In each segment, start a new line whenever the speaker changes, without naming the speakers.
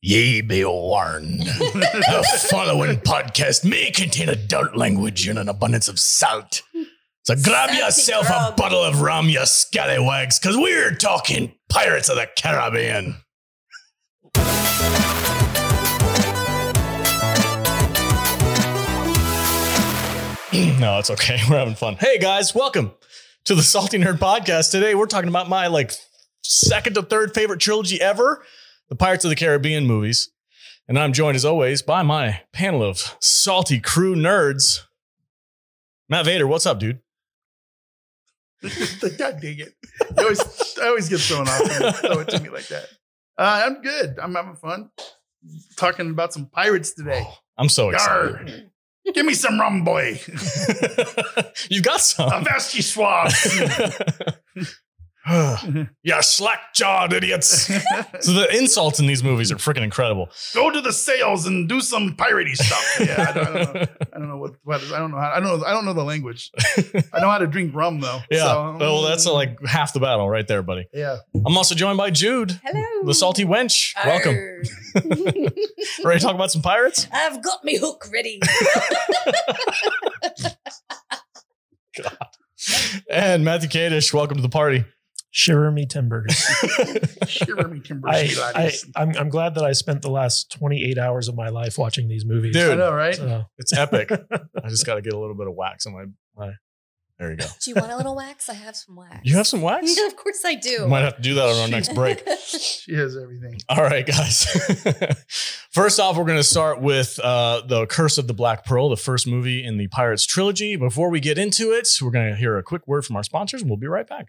Ye be warned. the following podcast may contain adult language and an abundance of salt. So grab
Salty
yourself a
grub.
bottle of rum, you scallywags, because we're talking Pirates of the Caribbean. no, it's okay. We're having fun. Hey, guys, welcome to the Salty Nerd Podcast. Today, we're talking about my like second to third favorite trilogy ever the Pirates of the Caribbean movies. And I'm joined as always by my panel of salty crew nerds. Matt Vader, what's up, dude?
God dang it. I always, I always get thrown off when you throw it to me like that. Uh, I'm good. I'm having fun. Talking about some pirates today.
Oh, I'm so
Gar.
excited.
Give me some rum, boy.
you got some.
Avasti Swab. Uh,
yeah, slack jawed idiots. so the insults in these movies are freaking incredible.
Go to the sales and do some piratey stuff. Yeah, I don't, I don't know. I don't know what, what is, I don't know how. I don't know. I don't know the language. I know how to drink rum though.
Yeah.
So- um,
well, that's like half the battle right there, buddy.
yeah.
I'm also joined by Jude,
Hello. Oh,
the salty wench. Welcome.
Arr.
Ready to talk about some pirates?
I've got me hook ready.
And Matthew Kadish, welcome to the party.
Shiver me timbers.
Shivering Kimber
I,
Sheila.
I, I'm, I'm glad that I spent the last 28 hours of my life watching these movies.
Dude.
I know,
uh,
right?
So,
It's epic. I just got to get a little bit of wax on my. my there you go.
Do you want a little wax? I have some wax.
You have some wax?
Yeah, of course I do.
Might have to do that on our next break.
She has everything.
All right, guys. first off, we're going to start with uh, The Curse of the Black Pearl, the first movie in the Pirates trilogy. Before we get into it, we're going to hear a quick word from our sponsors and we'll be right back.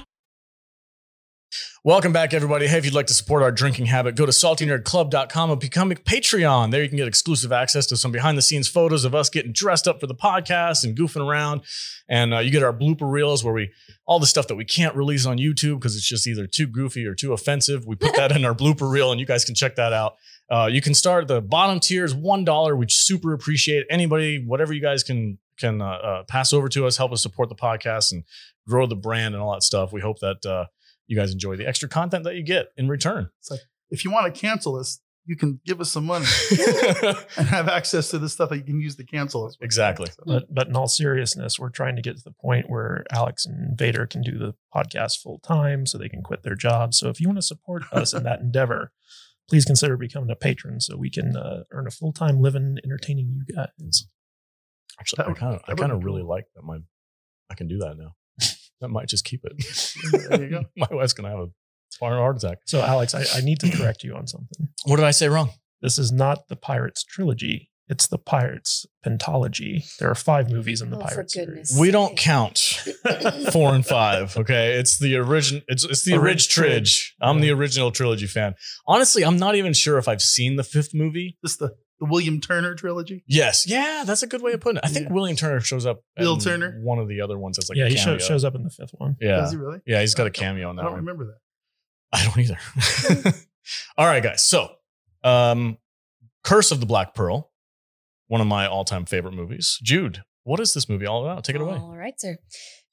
Welcome back, everybody. Hey, if you'd like to support our drinking habit, go to saltynerdclub.com and become a Patreon. There you can get exclusive access to some behind the scenes photos of us getting dressed up for the podcast and goofing around. And uh, you get our blooper reels where we, all the stuff that we can't release on YouTube because it's just either too goofy or too offensive. We put that in our blooper reel and you guys can check that out. Uh, you can start at the bottom tier is $1, which super appreciate anybody, whatever you guys can, can uh, uh, pass over to us, help us support the podcast and grow the brand and all that stuff. We hope that, uh, you guys enjoy the extra content that you get in return.
If you want to cancel us, you can give us some money. and have access to the stuff that you can use to cancel us.
exactly.
but, but in all seriousness, we're trying to get to the point where Alex and Vader can do the podcast full time so they can quit their jobs. So if you want to support us in that endeavor, please consider becoming a patron so we can uh, earn a full time living entertaining you guys.
Actually, I
That-
kind of, I
that
kind
would
of
be
really
cool.
like that. My, I can do that now. that might just keep it.
There you go.
my wife's gonna have a heart- heart attack.
So, Alex, I, I need to correct you on something.
What did I say wrong?
This is not the Pirates trilogy. It's the Pirates pentology. There are five movies in the
Oh, for
Pirates
goodness
series.
We don't count four and five. Okay, it's the origin. It's it's the
Orig
orig tridge. I'm the original trilogy fan. Honestly, I'm not even sure if I've seen the fifth movie.
This the the William Turner trilogy.
Yes, yeah, that's a good way of putting it. I think
Yeah.
William Turner shows up.
Bill
in
Turner?
one of the other ones. That's like
yeah,
a
he show,
cameo.
shows up in the fifth one.
Yeah,
Does he really?
yeah, he's got a cameo on that
I don't
one.
remember that.
I don't either. All right, guys. So, um, Curse of the Black Pearl, one of my all-time favorite movies. Jude, what is this movie all about? Take it away.
All right, sir.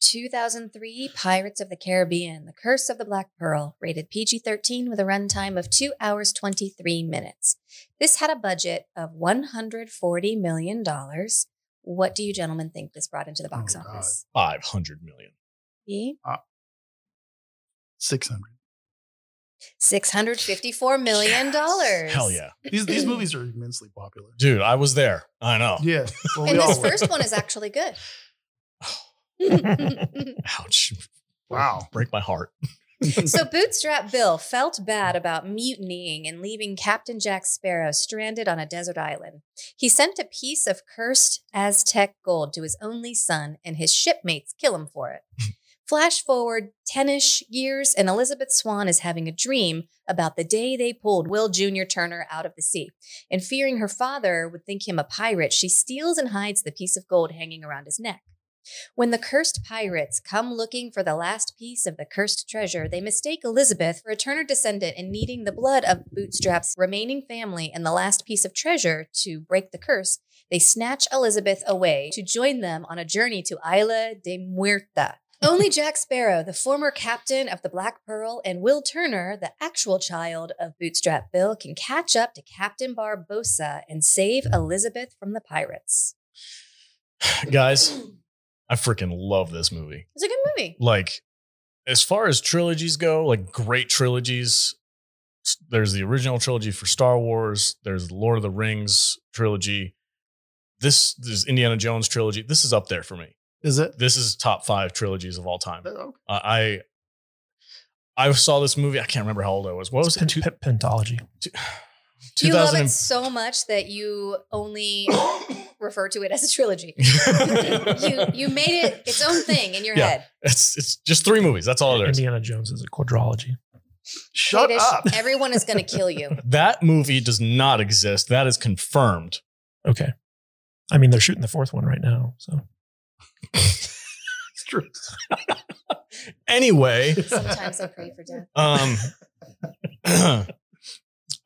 2003 Pirates of the Caribbean, The Curse of the Black Pearl, rated PG 13 with a runtime of 2 hours 23 minutes. This had a budget of $140 million. What do you gentlemen think this brought into the box
Oh, God.
office?
Five hundred million.
E?
Six hundred.
$654 million.
Hell yeah,
These these movies are immensely popular.
dude! I was there. I know.
Yeah. Well,
And
we all
this
were.
first one is actually good. so
Ouch!
Wow.
Break my heart.
Bootstrap Bill felt bad about mutinying and leaving Captain Jack Sparrow stranded on a desert island. He sent a piece of cursed Aztec gold to his only son, and his shipmates kill him for it. Flash forward 10 ish years, and Elizabeth Swan is having a dream about the day they pulled Will Jr. Turner out of the sea. And fearing her father would think him a pirate, she steals and hides the piece of gold hanging around his neck. When the cursed pirates come looking for the last piece of the cursed treasure, they mistake Elizabeth for a Turner descendant and needing the blood of Bootstrap's remaining family and the last piece of treasure to break the curse, they snatch Elizabeth away to join them on a journey to Isla de Muerta. Only Jack Sparrow, the former captain of the Black Pearl, and Will Turner, the actual child of Bootstrap Bill, can catch up to Captain Barbosa and save Elizabeth from the pirates.
Guys, I freaking love this movie.
It's a good movie.
like as far as trilogies go, like great trilogies. s- There's the original trilogy for Star Wars. There's the Lord of the Rings trilogy. This there's Indiana Jones trilogy. This is up there for me.
Is it?
This is top five trilogies of all time.
Oh,
Uh, I I saw this movie. I can't remember how old I was. What was it?
Pent- pent- pentology.
You love
2000
it so much that you only refer to it as a trilogy. you you made it its own thing in your
Yeah.
head.
It's it's just three movies. That's all it is.
Indiana Jones is a quadrology.
Shut
Kadish,
up.
Everyone is going to kill you.
That movie does not exist. That is confirmed.
Okay. I mean, they're shooting the fourth one right now. So
It's true.
Anyway,
Sometimes I pray for death.
Um,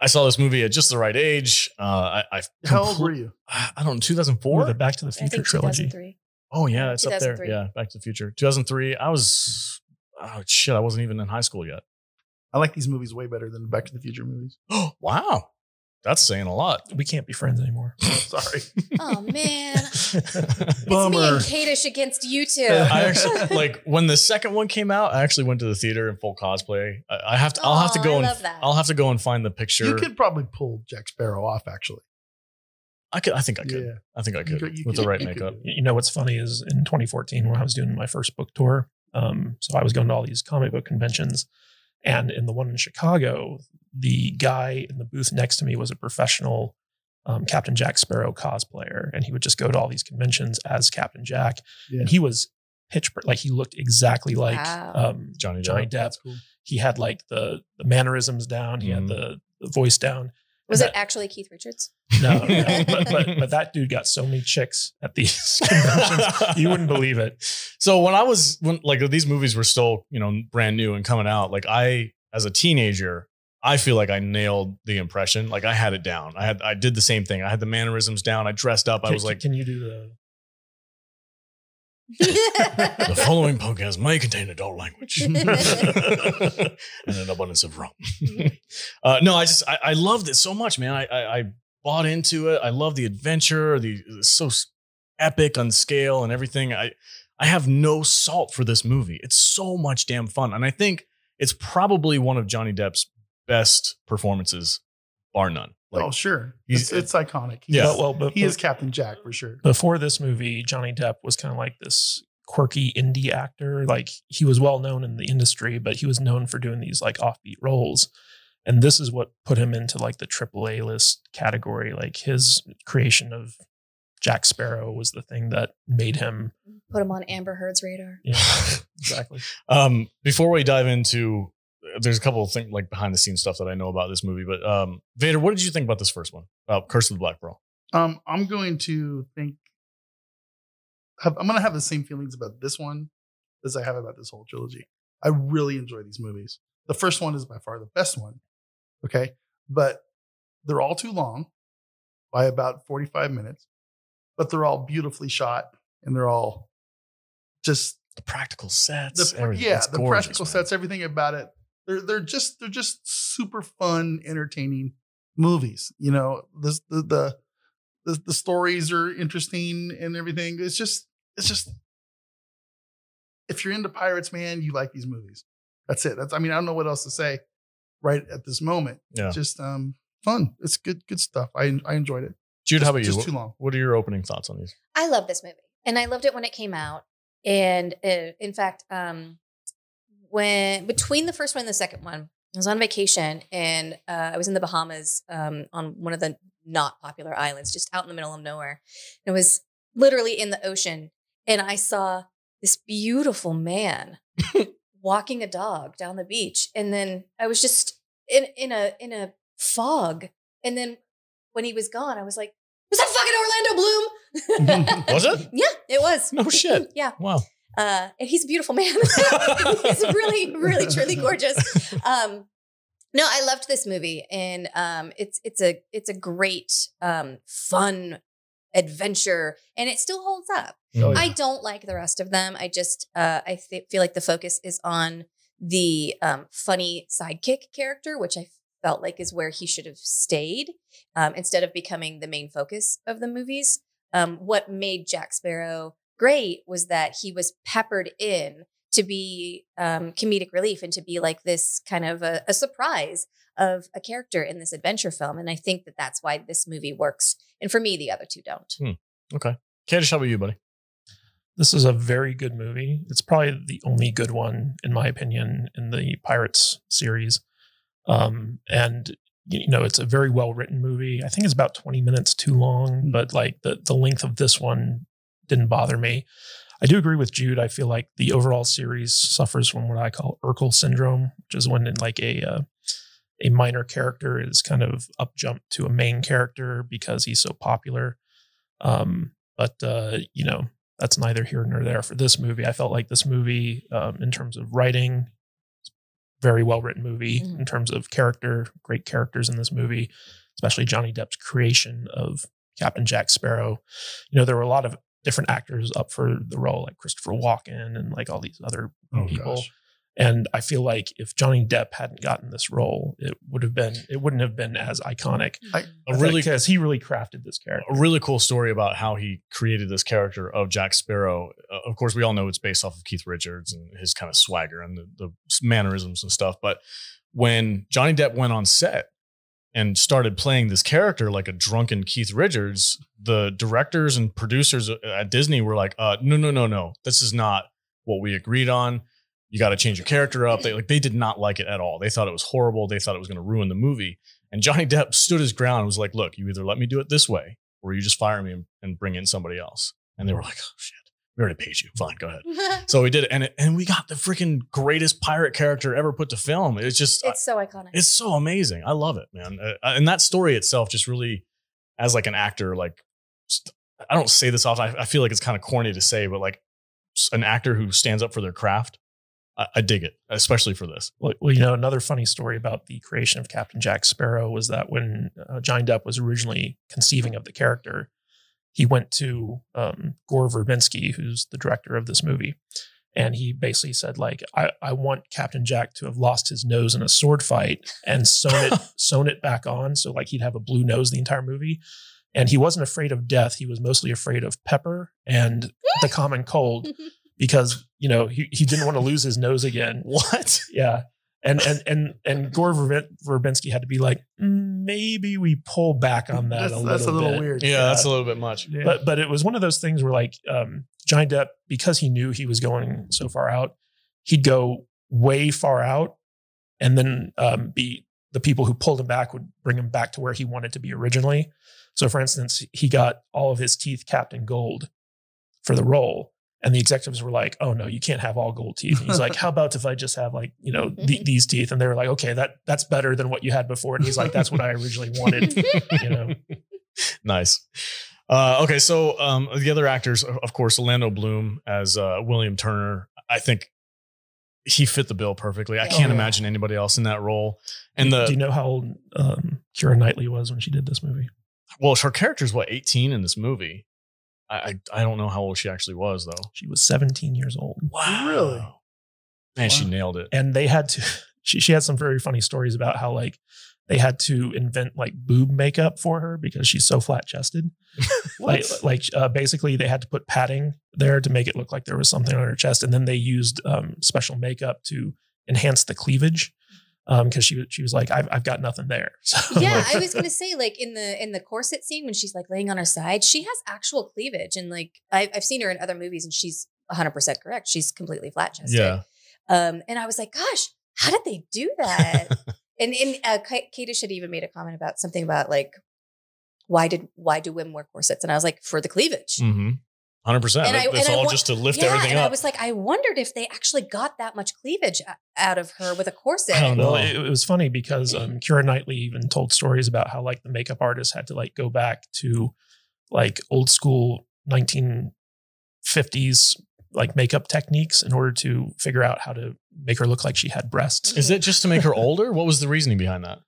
I saw this movie at just the right age. Uh, I, I,
How old were you?
I don't know,
or
2004.
the Back to the
I
Future
think
trilogy.
2003.
oh yeah, it's up there.
2003.
Yeah, Back to the Future, 2003. I was, oh shit, I wasn't even in high school yet.
I like these movies way better than the Back to the Future movies.
wow, that's saying a lot.
We can't be friends anymore.
Sorry.
Oh man, it's
Bummer.
me and Kadish against you two.
I actually like when the second one came out. I actually went to the theater in full cosplay. I, I have to. I'll have to
Aw,
go
I
and
love that.
I'll have to go and find the picture.
You could probably pull Jack Sparrow off, actually.
I could. I think I could.
Yeah.
I think I
You
could
could- you
with
could-
the right
you could
makeup.
do
you know what's funny is in 2014 when I was doing my first book tour, um, so I was going to all these comic book conventions, and in the one in Chicago, the guy in the booth next to me was a professional um, Captain Jack Sparrow cosplayer, and he would just go to all these conventions as Captain Jack,
Yeah.
and he was pitch per- like he looked exactly like
Wow.
um,
Johnny Depp.
Johnny Depp.
That's cool.
He had like the the mannerisms down, he
Mhm.
had the, the voice down.
was
And
it actually Keith Richards?
no, no. but, but but that dude got so many chicks at these conventions. You wouldn't believe it.
So when I was when like these movies were still, you know, brand new and coming out, like I as a teenager, I feel like I nailed the impression. Like I had it down. I had I did the same thing. I had the mannerisms down. I dressed up. I
Can-
was like
can you do the
the following podcast may contain adult language and an abundance of rum. uh, no, I just I, I loved it so much, man. I, I, I bought into it. I love the adventure. The it's so s- epic on scale and everything. I I have no salt for this movie. It's so much damn fun, and I think it's probably one of Johnny Depp's best performances, bar none. Like
oh, sure.
he's-
It's, it's iconic. He's,
Yeah.
But, well, but,
He is Captain Jack for sure.
before this movie, Johnny Depp was kind of like this quirky indie actor. Like he was well known in the industry, but he was known for doing these like offbeat roles. And this is what put him into like the AAA list category. Like his creation of Jack Sparrow was the thing that made him.
Put him on Amber Heard's radar.
You know, exactly.
Um, before we dive into, uh, there's a couple of things like behind the scenes stuff that I know about this movie. But um, Vader, what did you think about this first one? About Curse of the Black Pearl?
Um, I'm going to think. Have, I'm going to have the same feelings about this one as I have about this whole trilogy. I really enjoy these movies. The first one is by far the best one. Okay, but they're all too long, by about 45 minutes. But they're all beautifully shot, and they're all just
The practical sets,
the, pr- yeah, the practical sets, everything about it. They're they're just they're just super fun, entertaining movies. You know, the the the the, the stories are interesting and everything. It's just it's just if you're into pirates, man, you like these movies. That's it. That's I mean, I don't know what else to say right at this moment.
Yeah.
Just um fun. It's good good stuff. I I enjoyed it.
Jude, how about you?
Just
What,
too long.
what are your opening thoughts on these?
I love this movie, and I loved it when it came out. And uh, in fact, um, when between the first one and the second one, I was on vacation and uh, I was in the Bahamas um, on one of the not popular islands, just out in the middle of nowhere. And it was literally in the ocean, and I saw this beautiful man walking a dog down the beach and then I was just in in a in a fog and then when he was gone I was like was that fucking Orlando Bloom?
Was it?
Yeah, it was.
No shit.
yeah.
Wow.
Uh, and he's a beautiful man. he's really, really, truly gorgeous. Um, no, I loved this movie, and um, it's it's a it's a great, um, fun adventure, and it still holds up.
Oh, yeah.
I don't like the rest of them. I just uh, I th- feel like the focus is on the um, funny sidekick character, which I felt like is where he should have stayed um, instead of becoming the main focus of the movies. Um, what made Jack Sparrow great was that he was peppered in to be um, comedic relief and to be like this kind of a, a surprise of a character in this adventure film. And I think that that's why this movie works. And for me, the other two don't.
Kadish, how about you, buddy?
This is a very good movie. It's probably the only good one, in my opinion, in the Pirates series. Um, and you know, it's a very well written movie. I think it's about 20 minutes too long, but like the the length of this one didn't bother me. I do agree with Jude. I feel like the overall series suffers from what I call Urkel syndrome, which is when like a uh, a minor character is kind of up jumped to a main character because he's so popular. Um, but uh, you know, that's neither here nor there for this movie. I felt like this movie, um, in terms of writing, it's a very well written movie.
Mhm.
In terms of character, great characters in this movie, especially Johnny Depp's creation of Captain Jack Sparrow. You know, there were a lot of different actors up for the role, like Christopher Walken and like all these other
Oh,
Oh,
people. And I feel like if Johnny Depp hadn't gotten this role, it would have been it wouldn't have been as iconic.
I-
A really,
because he really crafted this character.
a really cool story about how he created this character of Jack Sparrow. Uh, of course, we all know it's based off of Keith Richards and his kind of swagger and the, the mannerisms and stuff. But when Johnny Depp went on set and started playing this character like a drunken Keith Richards, the directors and producers uh, at Disney were like, uh, "No, no, no, no, this is not what we agreed on. You got to change your character up." They like they did not like it at all. They thought it was horrible. They thought it was going to ruin the movie. And Johnny Depp stood his ground and was like, "Look, you either let me do it this way, or you just fire me and, and bring in somebody else." And they were like, "Oh shit, we already paid you. Fine, go ahead." So we did it, and it, and we got the freaking greatest pirate character ever put to film. It's just
it's so iconic.
it's so amazing. I love it, man. Uh, and that story itself just really, as like an actor, like st- I don't say this often. I, I feel like it's kind of corny to say, but like s- an actor who stands up for their craft, I, I dig it, especially for this.
Well, well, you know, another funny story about the creation of Captain Jack Sparrow was that when uh, Johnny Depp was originally conceiving of the character, he went to um, Gore Verbinski, who's the director of this movie, and he basically said, "Like, I, I want Captain Jack to have lost his nose in a sword fight and sewn it sewn it back on, so like he'd have a blue nose the entire movie." And he wasn't afraid of death; he was mostly afraid of pepper and the common cold, because you know he he didn't want to lose his nose again.
What?
Yeah. And and and and Gore Verben- Verbinski had to be like, "Mm, maybe we pull back on that
that's
a little
that's a little
bit.
weird.
Yeah, that's a little bit much.
Yeah.
But but it was one of those things where like um, Johnny Depp, because he knew he was going so far out, he'd go way far out, and then um, be the people who pulled him back would bring him back to where he wanted to be originally. So for instance, he got all of his teeth capped in gold for the role. And the executives were like, "Oh no, you can't have all gold teeth." And he's like, "How about if I just have like, you know, the these teeth?" And they were like, "Okay, that that's better than what you had before." And he's like, "That's what I originally wanted." You know,
nice. Uh, okay, so um, the other actors, of of course, Orlando Bloom as uh, William Turner. I think he fit the bill perfectly. I
Yeah.
can't
Yeah.
imagine anybody else in that role. And the
Do you know how old um, Kira Knightley was when she did this movie?
well, her character's what eighteen in this movie. I, I I don't know how old she actually was though.
She was 17 years old,
Wow,
Really?
man, she
Wow.
nailed it.
and they had to. She she had some very funny stories about how like they had to invent like boob makeup for her because she's so flat chested. like like uh, basically they had to put padding there to make it look like there was something on her chest, and then they used um, special makeup to enhance the cleavage because she was- she was like I've I've got nothing there. So
yeah,
like,
I was gonna say like in the in the corset scene when she's like laying on her side, she has actual cleavage, and like I've, I've seen her in other movies, and she's 100 percent correct. She's completely flat chested.
Yeah,
Um, and I was like, gosh, how did they do that? and and uh, K- Kadish had even made a comment about something about like why did why do women wear corsets? And I was like, for the cleavage.
hmm Hundred percent.
And I-
It's
and I
all
wa-
just to lift
yeah,
everything
and I
up.
was like, I wondered if they actually got that much cleavage o- out of her with a corset.
I don't know.
Well, it, it was funny because um, Kira Knightley even told stories about how like the makeup artist had to like go back to like old school 1950s like makeup techniques in order to figure out how to make her look like she had breasts.
Is it just to make her older? What was the reasoning behind that?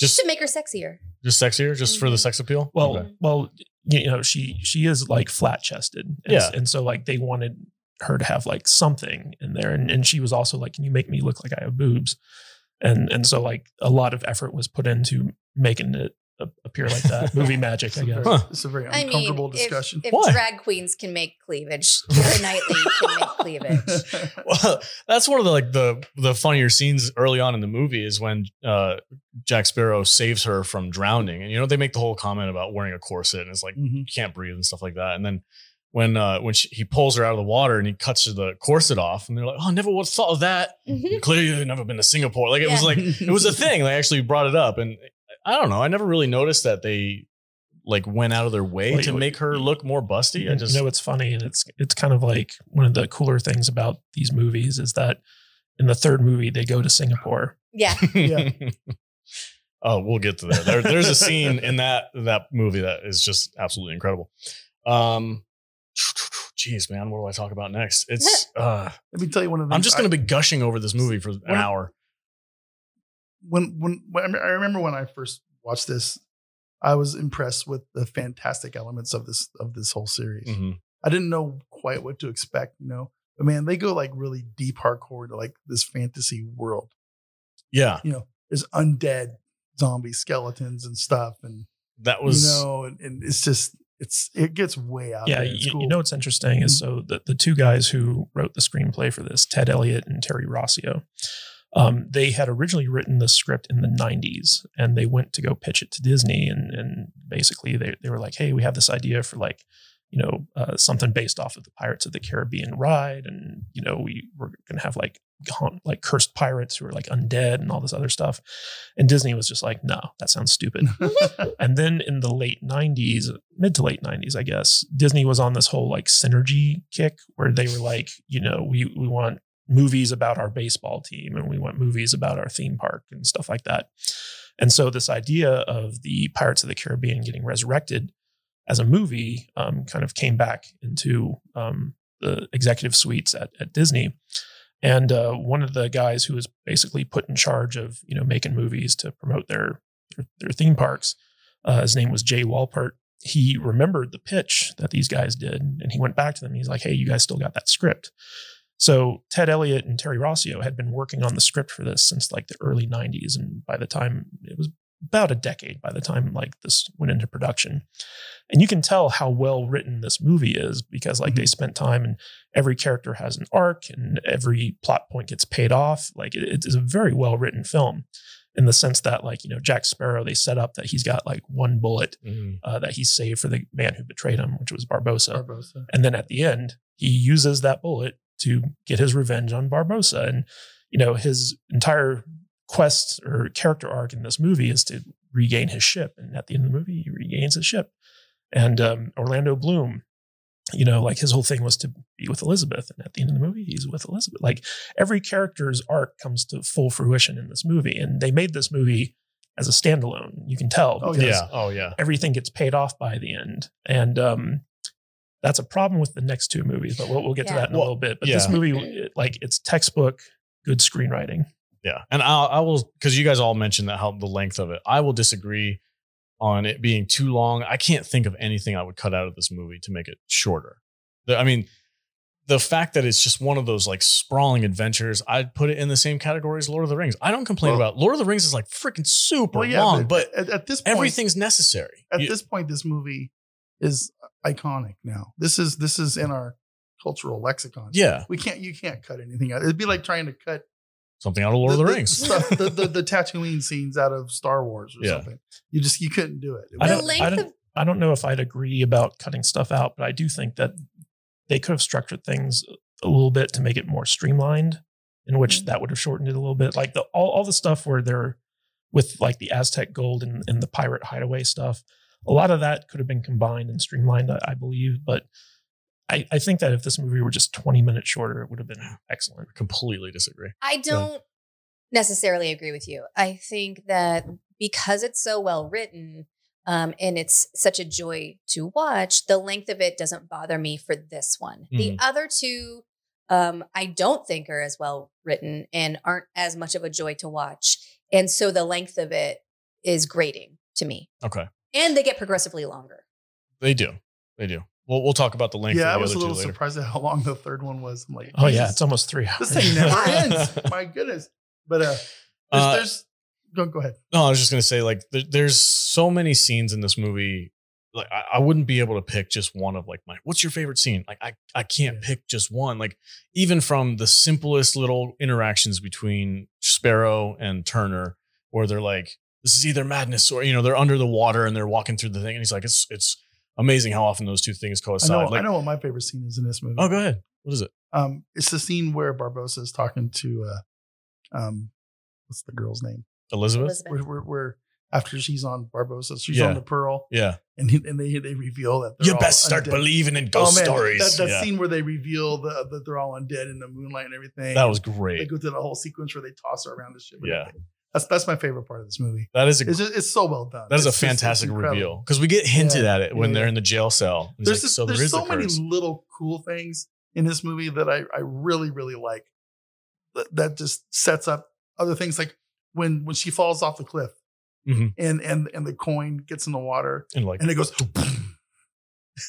Just
Just
to make Mm-hmm. her sexier.
just sexier, just for the sex appeal.
Well,
Okay.
well, you know, she she is like flat chested, and,
Yeah.
and so like they wanted her to have like something in there, and and she was also like, can you make me look like I have boobs? And and so like a lot of effort was put into making it a- appear like that movie magic, I guess.
Huh.
It's a very
I mean,
uncomfortable
if-
discussion.
if,
Why?
drag queens can make cleavage, Keira Knightley can make cleavage.
Well, that's one of the like the the funnier scenes early on in the movie is when uh, Jack Sparrow saves her from drowning, and you know they make the whole comment about wearing a corset, and it's like
Mhm.
you can't breathe and stuff like that. And then when uh, when she, he pulls her out of the water and he cuts the corset off, and they're like, "Oh, never would have thought of that."
Mhm.
Clearly, you've never been to Singapore. Like it was
Yeah.
like it was a thing. They actually brought it up, and I don't know. I never really noticed that they like went out of their way
Well,
to
you-
make her look more busty. I
And,
just
you know it's funny, and it's it's kind of like one of the cooler things about these movies is that in the third movie they go to Singapore.
Yeah.
Yeah.
oh, we'll get to that. There, there's a scene in that that movie that is just absolutely incredible. Um, geez, man, what do I talk about next? It's uh,
Let me tell you one of the
I'm
things
just
I-
gonna be gushing over this movie for an
What-
hour.
when when, when I, mean, I remember when I first watched this, I was impressed with the fantastic elements of this of this whole series.
Mhm.
I didn't know quite what to expect, you know. But man, they go like really deep hardcore to like this fantasy world.
Yeah,
You know, there's undead zombie skeletons and stuff, and
that was
you know, and, and it's just it's it gets way out.
yeah,
there. Mm-hmm.
you,
It's
you
cool.
know what's interesting is so the, the two guys who wrote the screenplay for this, Ted Elliott and Terry Rossio, um, they had originally written the script in the 90s and they went to go pitch it to Disney and and basically they they were like, hey, we have this idea for like you know uh, something based off of the Pirates of the Caribbean ride and you know we we're gonna have like haunt, like cursed pirates who are like undead and all this other stuff, and Disney was just like, no, that sounds stupid. And then in the late 90s, mid to late 90s, I guess, Disney was on this whole like synergy kick where they were like, you know, we, we want movies about our baseball team and we want movies about our theme park and stuff like that. And so this idea of the Pirates of the Caribbean getting resurrected as a movie um, kind of came back into um, the executive suites at, at Disney. And uh, one of the guys who was basically put in charge of, you know, making movies to promote their, their, their theme parks uh, his name was Jay Walpert. He remembered the pitch that these guys did, and he went back to them. He's like, "Hey, you guys still got that script?" So Ted Elliott and Terry Rossio had been working on the script for this since like the early '90s, and by the time it was about a decade, by the time like this went into production, and you can tell how well written this movie is because like they spent time, and every character has an arc, and every plot point gets paid off. Like it- it is a very well written film in the sense that like you know Jack Sparrow they set up that he's got like one bullet
Mhm.
uh, that he saved for the man who betrayed him which was Barbosa
Barbosa.
and then at the end he uses that bullet to get his revenge on Barbosa and you know his entire quest or character arc in this movie is to regain his ship and at the end of the movie he regains his ship and um, Orlando Bloom you know like his whole thing was to be with Elizabeth and at the end of the movie he's with Elizabeth like every character's arc comes to full fruition in this movie and they made this movie as a standalone you can tell
Oh,
because
yeah. Oh yeah.
everything gets paid off by the end. And um, that's a problem with the next two movies, but we'll, we'll get to
Yeah.
that in
Well,
a little bit. But this
yeah.
movie, it- like, it's textbook good screenwriting.
Yeah, and I'll, I will because you guys all mentioned that how the length of it. I will disagree on it being too long. I can't think of anything I would cut out of this movie to make it shorter. The- I mean, the fact that it's just one of those like sprawling adventures, I'd put it in the same category as Lord of the Rings. I don't complain
Well-
about Lord of the Rings is like freaking super
Well, yeah,
long, but,
but, at, at this point,
everything's necessary.
at
You-
this point this movie is uh, iconic now this is this is in our cultural lexicon
yeah,
we can't you can't cut anything out it'd be like trying to cut
something out of Lord of the Rings.
stuff, the, the, the tatooine scenes out of star wars or
Yeah.
something you just you couldn't do it, It
I
The
was-
don't, I,
length
don't,
of-
I don't know if I'd agree about cutting stuff out, but I do think that they could have structured things a little bit to make it more streamlined, in which that would have shortened it a little bit. Like the all, all the stuff where they're with like the Aztec gold and, and the pirate hideaway stuff, a lot of that could have been combined and streamlined, I, I believe. But I, I think that if this movie were just 20 minutes shorter, it would have been excellent.
Completely disagree.
I don't necessarily agree with you. I think that because it's so well written um, and it's such a joy to watch, the length of it doesn't bother me for this one.
Hmm.
The other two, um, I don't think are as well written and aren't as much of a joy to watch. And so the length of it is grating to me.
Okay.
And they get progressively longer.
They do. They do. We'll, we'll talk about the length
yeah,
of
I
the
was a
other
little
two later.
surprised at how long the third one was. I'm like,
Oh, yeah.
Jesus,
It's almost three hours.
this thing never ends. My goodness. But uh, there's,
Uh,
there's go, go ahead.
No, I was just gonna say like there, there's so many scenes in this movie. Like I, I wouldn't be able to pick just one of like my what's your favorite scene? Like I I can't pick just one. Like even from the simplest little interactions between Sparrow and Turner, where they're like, this is either madness or you know they're under the water and they're walking through the thing, and he's like, it's it's amazing how often those two things
I
coincide.
know,
like,
I know what my favorite scene is in this movie.
oh, go ahead. What is it?
Um, it's the scene where Barbosa is talking to, uh, um, what's the girl's name?
Elizabeth?
Elizabeth.
Where, where, where after she's on Barbosa, she's
Yeah.
on the Pearl,
Yeah.
and he, and they they reveal that they're
You
all
best start
undead.
believing in
Oh,
ghost
man,
stories.
That, that
Yeah.
scene where they reveal the, that they're all undead in the moonlight and everything.
That was
They
great.
go through the whole sequence where they toss her around the ship. and
Yeah.
everything. that's that's my favorite part of this movie.
That is a
It's just, it's so well done.
That is a
It's just- it's
fantastic
incredible.
reveal because we get hinted
Yeah,
at it when
yeah,
they're
yeah.
in the jail cell. He's
There's
like,
this,
so there
there's
is a
so many
curse."
little cool things in this movie that I I really really like. That, that just sets up other things like when when she falls off the cliff,
Mhm.
and and and the coin gets in the water
and like,
and it goes, and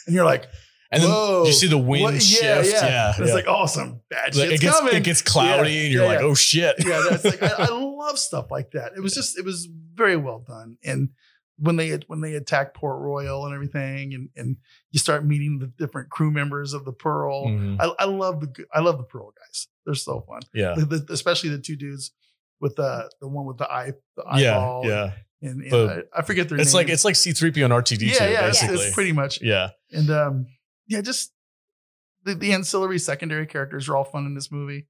you're like,
and then
whoa,
you see the wind
What- yeah,
shift. Yeah,
yeah.
yeah,
And it's like awesome, bad
Like, it
shit's
gets
coming.
it gets cloudy,
Yeah,
and you're
yeah,
like,
yeah.
oh shit.
yeah, that's like I, I love stuff like that. It was just it was very well done. And when they when they attack Port Royal and everything, and and you start meeting the different crew members of the Pearl.
Mhm.
I, I love the I love the Pearl guys. They're so fun,
yeah,
The- the- especially the two dudes with the the one with the eye the
yeah,
eyeball.
yeah.
and, and
The-
I, I forget their.
It's like
names.
it's like C3PO and R2D2
yeah, yeah, it's,
basically.
it's pretty much.
yeah,
And um, yeah, just the, the ancillary secondary characters are all fun in this movie.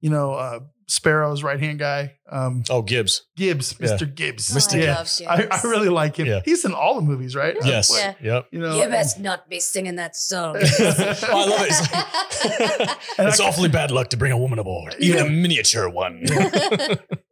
You know, uh, Sparrow's right hand guy, um,
oh Gibbs,
Gibbs,
Yeah.
Mr. Gibbs.
Oh,
Mr.
I
Yeah.
love James.
I, I really like him.
Yeah.
He's in all the movies, right?
yes,
Yeah.
yep.
You know,
you best not be singing that song.
Oh, I love it. It's like-
And
it's
I-
awfully bad luck to bring a woman aboard, even
Yeah.
a miniature one.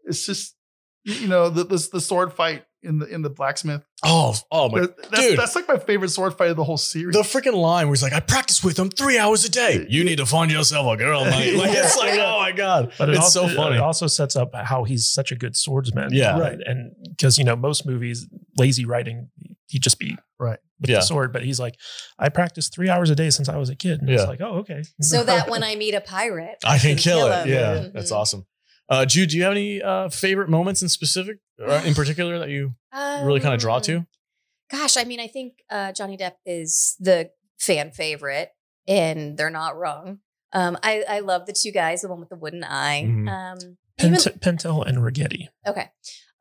it's just you know the, the the sword fight in the in the blacksmith.
oh, oh my
That- that's,
dude.
that's like my favorite sword fight of the whole series.
the freaking line where he's like, I practice with him three hours a day. You need to find yourself a girl, mate. Like, it's like, oh my God.
But it
it's
also,
so funny.
It also sets up how he's such a good swordsman.
Yeah.
Right.
And because, you know, most movies, lazy writing, he'd just be
Right.
with
Yeah.
the sword. But he's like, I practiced three hours a day since I was a kid. And
Yeah.
it's like, oh, okay.
so that when I meet a pirate,
I can kill, it.
him.
Yeah.
Mhm.
That's awesome. Uh, Jude, do you have any uh, favorite moments in specific, or in particular, that you really kind of draw
Um,
to?
Gosh, I mean, I think uh, Johnny Depp is the fan favorite, and they're not wrong. Um, I, I love the two guys, the one with the wooden eye.
Mhm.
Um, even-
Pent- Pentel and Rigetti.
okay,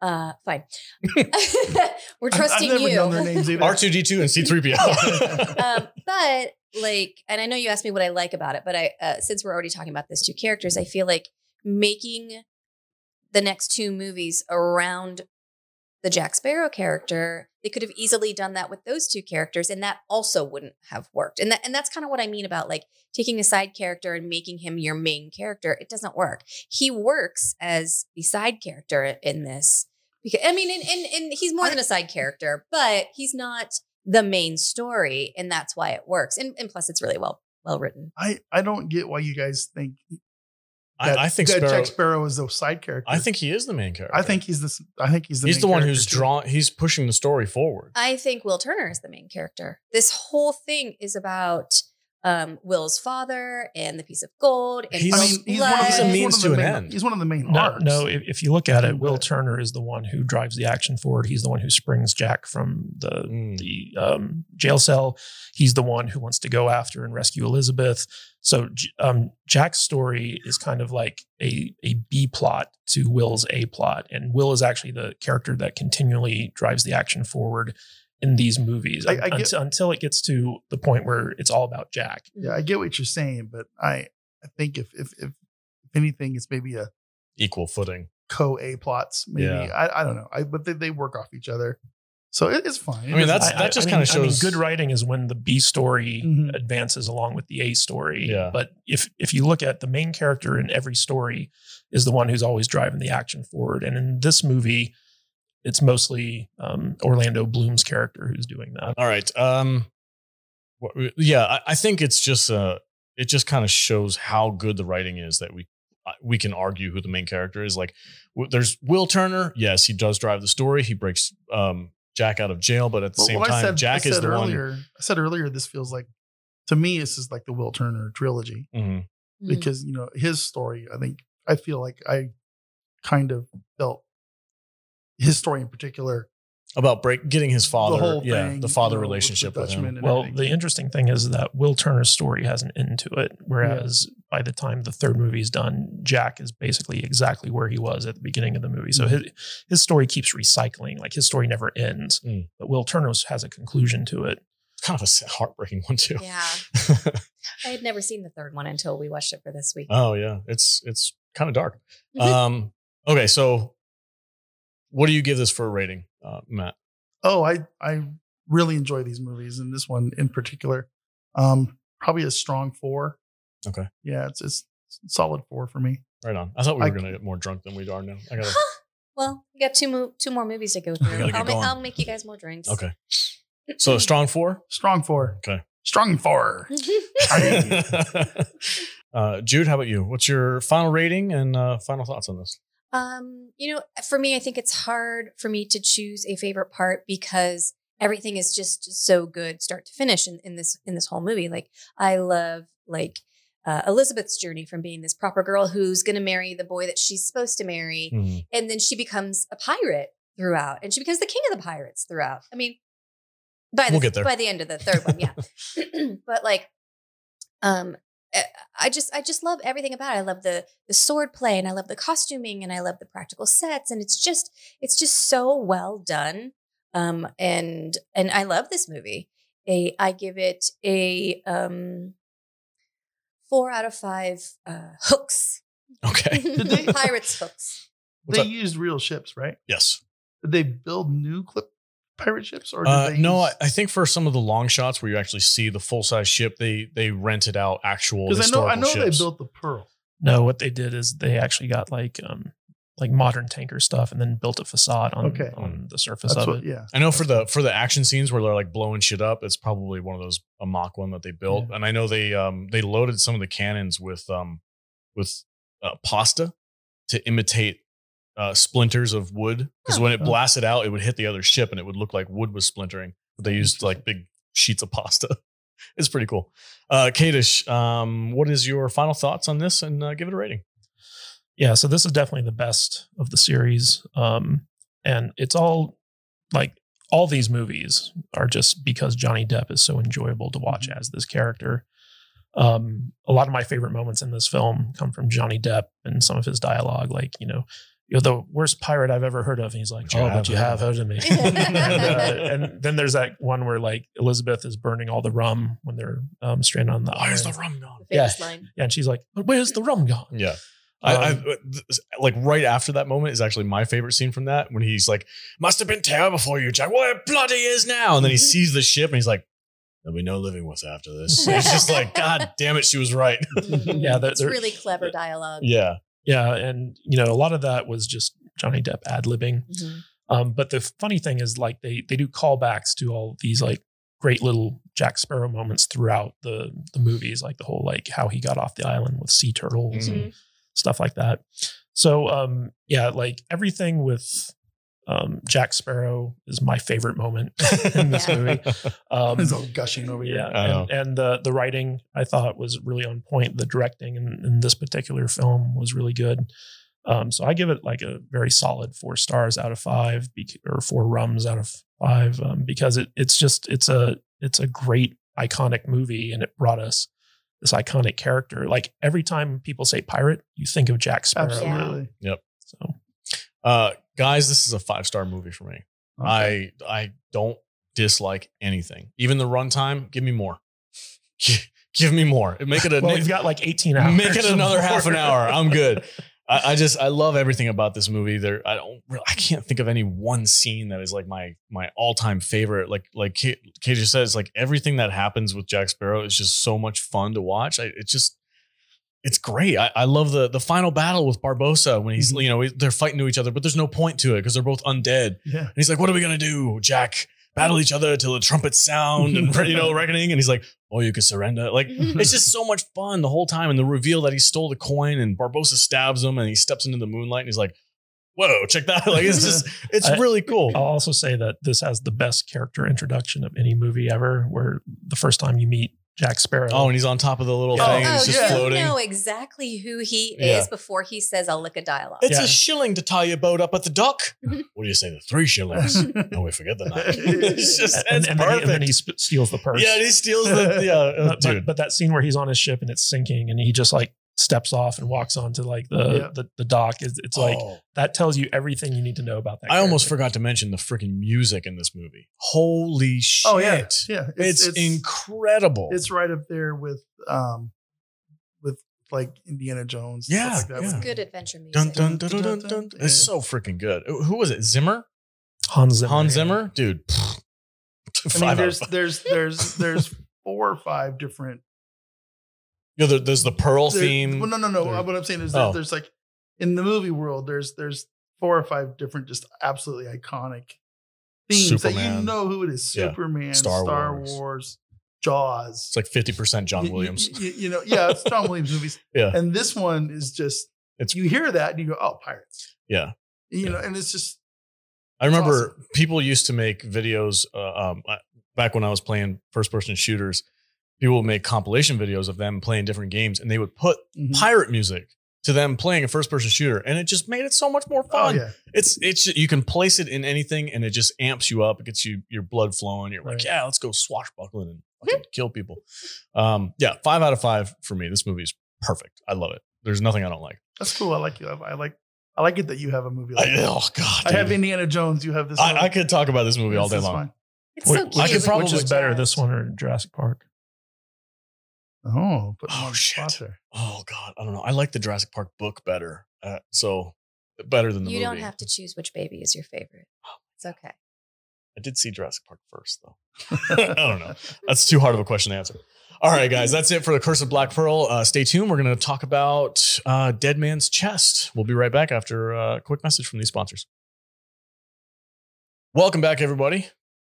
uh, fine. We're trusting
I've, I've never
you.
known their names either.
R2D2 and C3PO.
um, but like, and I know you asked me what I like about it, but I uh, since we're already talking about those two characters, I feel like making the next two movies around the Jack Sparrow character, they could have easily done that with those two characters, and that also wouldn't have worked. And that, and that's kind of what I mean about like taking a side character and making him your main character. It doesn't work. He works as the side character in this. Because, I mean, and, and, and he's more than a side character, but he's not the main story and that's why it works and, and plus it's really well well written
I I don't get why you guys think
I, I think
that
Sparrow,
Jack Sparrow is the side character.
I think he is the main character.
I think he's the I think he's the
he's
main
the one
character,
who's
too.
drawn, he's pushing the story forward.
i think will turner is the main character this whole thing is about um, will's father and the piece of gold and
He's-
I
Will's
mean, he's one of
He's a
the,
blood.
he's
means
one of
to
the
an
main,
end.
He's one of the main
No,
arcs.
no. If, if you look at it, Will
But-
Turner is the one who drives the action forward. He's the one who springs Jack from the
Mm.
the um, jail cell. He's the one who wants to go after and rescue Elizabeth. So J- um, Jack's story is kind of like a a B plot to Will's A plot, and Will is actually the character that continually drives the action forward in these movies
I- I get-
until, until it gets to the point where it's all about Jack.
Yeah, I get what you're saying, but I I think if if if, if anything, it's maybe a
Equal footing.
co A plots. Maybe
Yeah.
I I don't know. I but they, they work off each other. So it, it's fine. It
I mean,
doesn't-
that's- that just
mean-
kinda
I mean,
shows-
good writing is when the B story
Mhm.
advances along with the A story.
Yeah.
But if if you look at the main character in every story, is the one who's always driving the action forward, and in this movie, it's mostly um, Orlando Bloom's character who's doing that.
All right. Um, what- yeah, I, I think it's just uh, it just kind of shows how good the writing is that we uh, we can argue who the main character is. Like, w- there's Will Turner. Yes, he does drive the story. He breaks um, Jack out of jail, but at the
Well,
same
what
time, Jack is the one.
earlier, I said earlier, this feels like, to me, this is like the Will Turner trilogy
Mhm.
because, you know, his story, I think, I feel like I kind of felt his story in particular.
about break getting his father.
the whole
yeah,
thing,
the father
you know,
relationship with,
Dutchman
him.
and
Well,
everything.
the interesting thing is that Will Turner's story has an end to it, whereas by the time the third movie is done, Jack is basically exactly where he was at the beginning of the movie. So
Mm-hmm.
his his story keeps recycling, like his story never ends.
Mm.
But Will Turner's has a conclusion to it.
Kind of a sad- heartbreaking one too.
Yeah. I had never seen the third one until we watched it for this week.
oh yeah, it's it's kind of dark. Um, okay, so what do you give this for a rating, uh, Matt?
oh, I, I really enjoy these movies and this one in particular. Um, probably a strong four.
Okay.
Yeah, it's, it's solid four for me.
Right on. I thought we were
I-
going to get more drunk than we are now. I gotta.
well, we got two mo- two more movies to go through.
gotta get
I'll, ma-
going.
I'll make you guys more drinks.
Okay. So a strong four.
Strong four.
Okay.
Strong four.
uh, Jude, how about you? What's your final rating and uh, final thoughts on this?
Um, you know, for me, I think it's hard for me to choose a favorite part because everything is just so good, start to finish, in, in this in this whole movie. Like, I love like uh, Elizabeth's journey from being this proper girl who's going to marry the boy that she's supposed to marry,
Mhm.
and then she becomes a pirate throughout, and she becomes the king of the pirates throughout. I mean, by the,
We'll get there.
by the end of the third one, yeah. but like, um, I- I just I just love everything about it. I love the the sword play, and I love the costuming, and I love the practical sets, and it's just it's just so well done. Um, and and I love this movie. A I give it a um four out of five uh, hooks.
Okay.
they-
Pirates hooks.
What's
they
up?
used real ships, right?
Yes.
Did they build new clip pirate ships or did
Uh,
they
no, I,
use-
I think for some of the long shots where you actually see the full size ship, they they rented out actual
Because I know
historical
I know
ships.
they built the Pearl.
No, what they did is they actually got like um like modern tanker stuff and then built a facade on
Okay.
on the surface
That's
of
what,
it.
yeah.
I know for the for the action scenes where they're like blowing shit up, it's probably one of those a mock one that they built. And I know they um they loaded some of the cannons with um with uh, pasta to imitate uh, splinters of wood because when it
Huh.
blasted out, it would hit the other ship and it would look like wood was splintering. But they used like big sheets of pasta. it's pretty cool. Uh, Kadish, um, what is your final thoughts on this? And uh, give it a rating.
yeah so this is definitely the best of the series um and it's all like all these movies are just because johnny depp is so enjoyable to
Mm-hmm.
watch as this character um a lot of my favorite moments in this film come from johnny depp and some of his dialogue like you know you're the worst pirate I've ever heard of. And he's like,
But you
Oh,
have
but you
heard
have
of
heard of me. and, uh, and then there's that one where like Elizabeth is burning all the rum when they're um, stranded on the
Where's the
island.
rum gone?
The famous line.
Yeah, and she's like, but where's the rum gone?
Yeah. I, I
Um,
th- like right after that moment is actually my favorite scene from that when he's like, "Must have been terrible for you, Jack. What bloody is now?" And then he
Mm-hmm.
sees the ship and he's like, "There'll be no living with after this." it's just like, "God damn it, she was right."
Yeah, that-
Mm-hmm. it's
there-
really clever dialogue.
yeah,
Yeah, and you know, a lot of that was just Johnny Depp ad libbing.
Mhm.
Um, but the funny thing is, like they they do callbacks to all these like great little Jack Sparrow moments throughout the the movies, like the whole like how he got off the island with sea turtles
Mm-hmm.
and
Mm-hmm.
stuff like that. So um, yeah, like everything with um, Jack Sparrow is my favorite moment in this
Yeah.
movie. Um,
It's all gushing over here.
yeah,
I
and, and the the writing I thought was really on point. The directing in, in this particular film was really good. Um, so I give it like a very solid four stars out of five, bec- or four rums out of five, um, because it it's just it's a it's a great iconic movie, and it brought us this iconic character. Like every time people say pirate, you think of Jack Sparrow.
Absolutely.
So
uh, guys, this is a five star movie for me. I I don't dislike anything, even the runtime. Give me more. Give me more. Make it a
well, we've got like eighteen hours.
Make it another half an hour. I'm good. I, I just I love everything about this movie. There I don't really, I can't think of any one scene that is like my my all time favorite. Like like Kate, Kate just says, like everything that happens with Jack Sparrow is just so much fun to watch. I, it's just it's great. I, I love the the final battle with Barbosa when he's you know they're fighting to each other, but there's no point to it because they're both undead.
Yeah.
And he's like, "What are we gonna do, Jack? Battle each other till the trumpets sound and you know reckoning." And he's like, "Oh, you could surrender." Like
Mm-hmm.
it's just so much fun the whole time. And the reveal that he stole the coin and Barbosa stabs him and he steps into the moonlight and he's like, "Whoa, check that!" Like it's just it's
I- Oh,
really cool.
I'll also say that this has the best character introduction of any movie ever, where the first time you meet Jack Sparrow.
Oh, and he's on top of the little
Yeah.
thing and
oh,
he's just
yeah.
you
floating.
know exactly who he
Yeah.
is before he says, I'll lick a dialogue.
It's
Yeah.
a shilling to tie your boat up at the dock. what do you say? The three shillings. no, we forget the nine. it's just
and,
it's
and then he,
perfect.
and then he sp- steals the purse.
yeah, and he steals the yeah, uh,
but, but-
dude.
but that scene where he's on his ship and it's sinking, and he just like steps off and walks onto like the
Yeah.
the, the dock. It's, it's like
Oh.
that tells you everything you need to know about that.
I almost
character.
forgot to mention the freaking music in this movie. Holy shit.
Oh yeah, yeah.
It's, incredible.
It's right up there with um with like Indiana Jones. and
Yeah,
stuff like that.
yeah.
Good adventure music.
dun, dun, dun, dun, dun, dun. It's so freaking good. Who was it? Zimmer?
Hans Zimmer.
Hans Zimmer? Dude. pfft.
I
Five
mean,
out of
there's
five.
there's there's there's four or five different
You know, there- there's the Pearl
there-
theme.
Well, no, no, no.
There-
What I'm saying is
Oh.
that there's like in the movie world, there's there's four or five different just absolutely iconic themes that you
Superman.
know who it is.
Yeah.
Superman,
Star
Star,
Wars.
Wars. Jaws.
It's like 50% John
You-
Williams.
You, you- you know, yeah, it's John Williams movies.
Yeah.
And this one is just
It's-
you hear that and you go, oh, pirates.
Yeah.
You
Yeah.
know, and it's just
I
It's
remember people used to make videos uh, um, uh, back when I was playing first person shooters. People would make compilation videos of them playing different games and they would put
mhm.
pirate music to them playing a first person shooter. And it just made it so much more
Oh
fun.
yeah,
It's, it's, you can place it in anything and it just amps you up. It gets you your blood flowing. You're like,
Right. Hmm.
yeah, let's go swashbuckling and fucking kill people. Um, yeah, five out of five for me. This movie is perfect. I love it. There's nothing I don't like.
that's cool. I like you. I like I like it that you have a movie like
I,
that.
oh, God.
I have
dude.
Indiana Jones. You have this.
I,
one.
I could talk about this movie all
This
day
is
long.
fine.
It's so
Which-
cute.
I could
It's like
probably-
which is better, this
jazz.
one or Jurassic Park?
Oh, put
Oh,
oh, on the
shit.
spot there.
Oh God, I don't know. I like the Jurassic Park book better. Uh, so better than the
You
movie.
don't have to choose which baby is your favorite. It's okay.
I did see Jurassic Park first, though. I don't know. That's too hard of a question to answer. All right, guys, that's it for the Curse of Black Pearl. Uh, stay tuned. We're going to talk about uh, Dead Man's Chest. We'll be right back after uh, a quick message from these sponsors. Welcome back, everybody.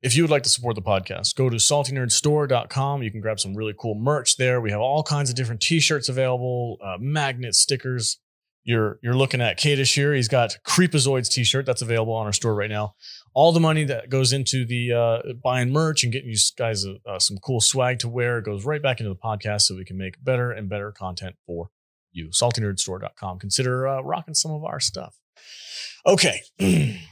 If you would like to support the podcast, go to saltynerdstore.com. You can grab some really cool merch there. We have all kinds of different t-shirts available, uh, magnets, stickers. You're, you're looking at Kadish here. He's got Creepazoids t-shirt that's available on our store right now. All the money that goes into the uh, buying merch and getting you guys uh, uh, some cool swag to wear goes right back into the podcast so we can make better and better content for you. Saltynerdstore.com. Consider uh, rocking some of our stuff. Okay.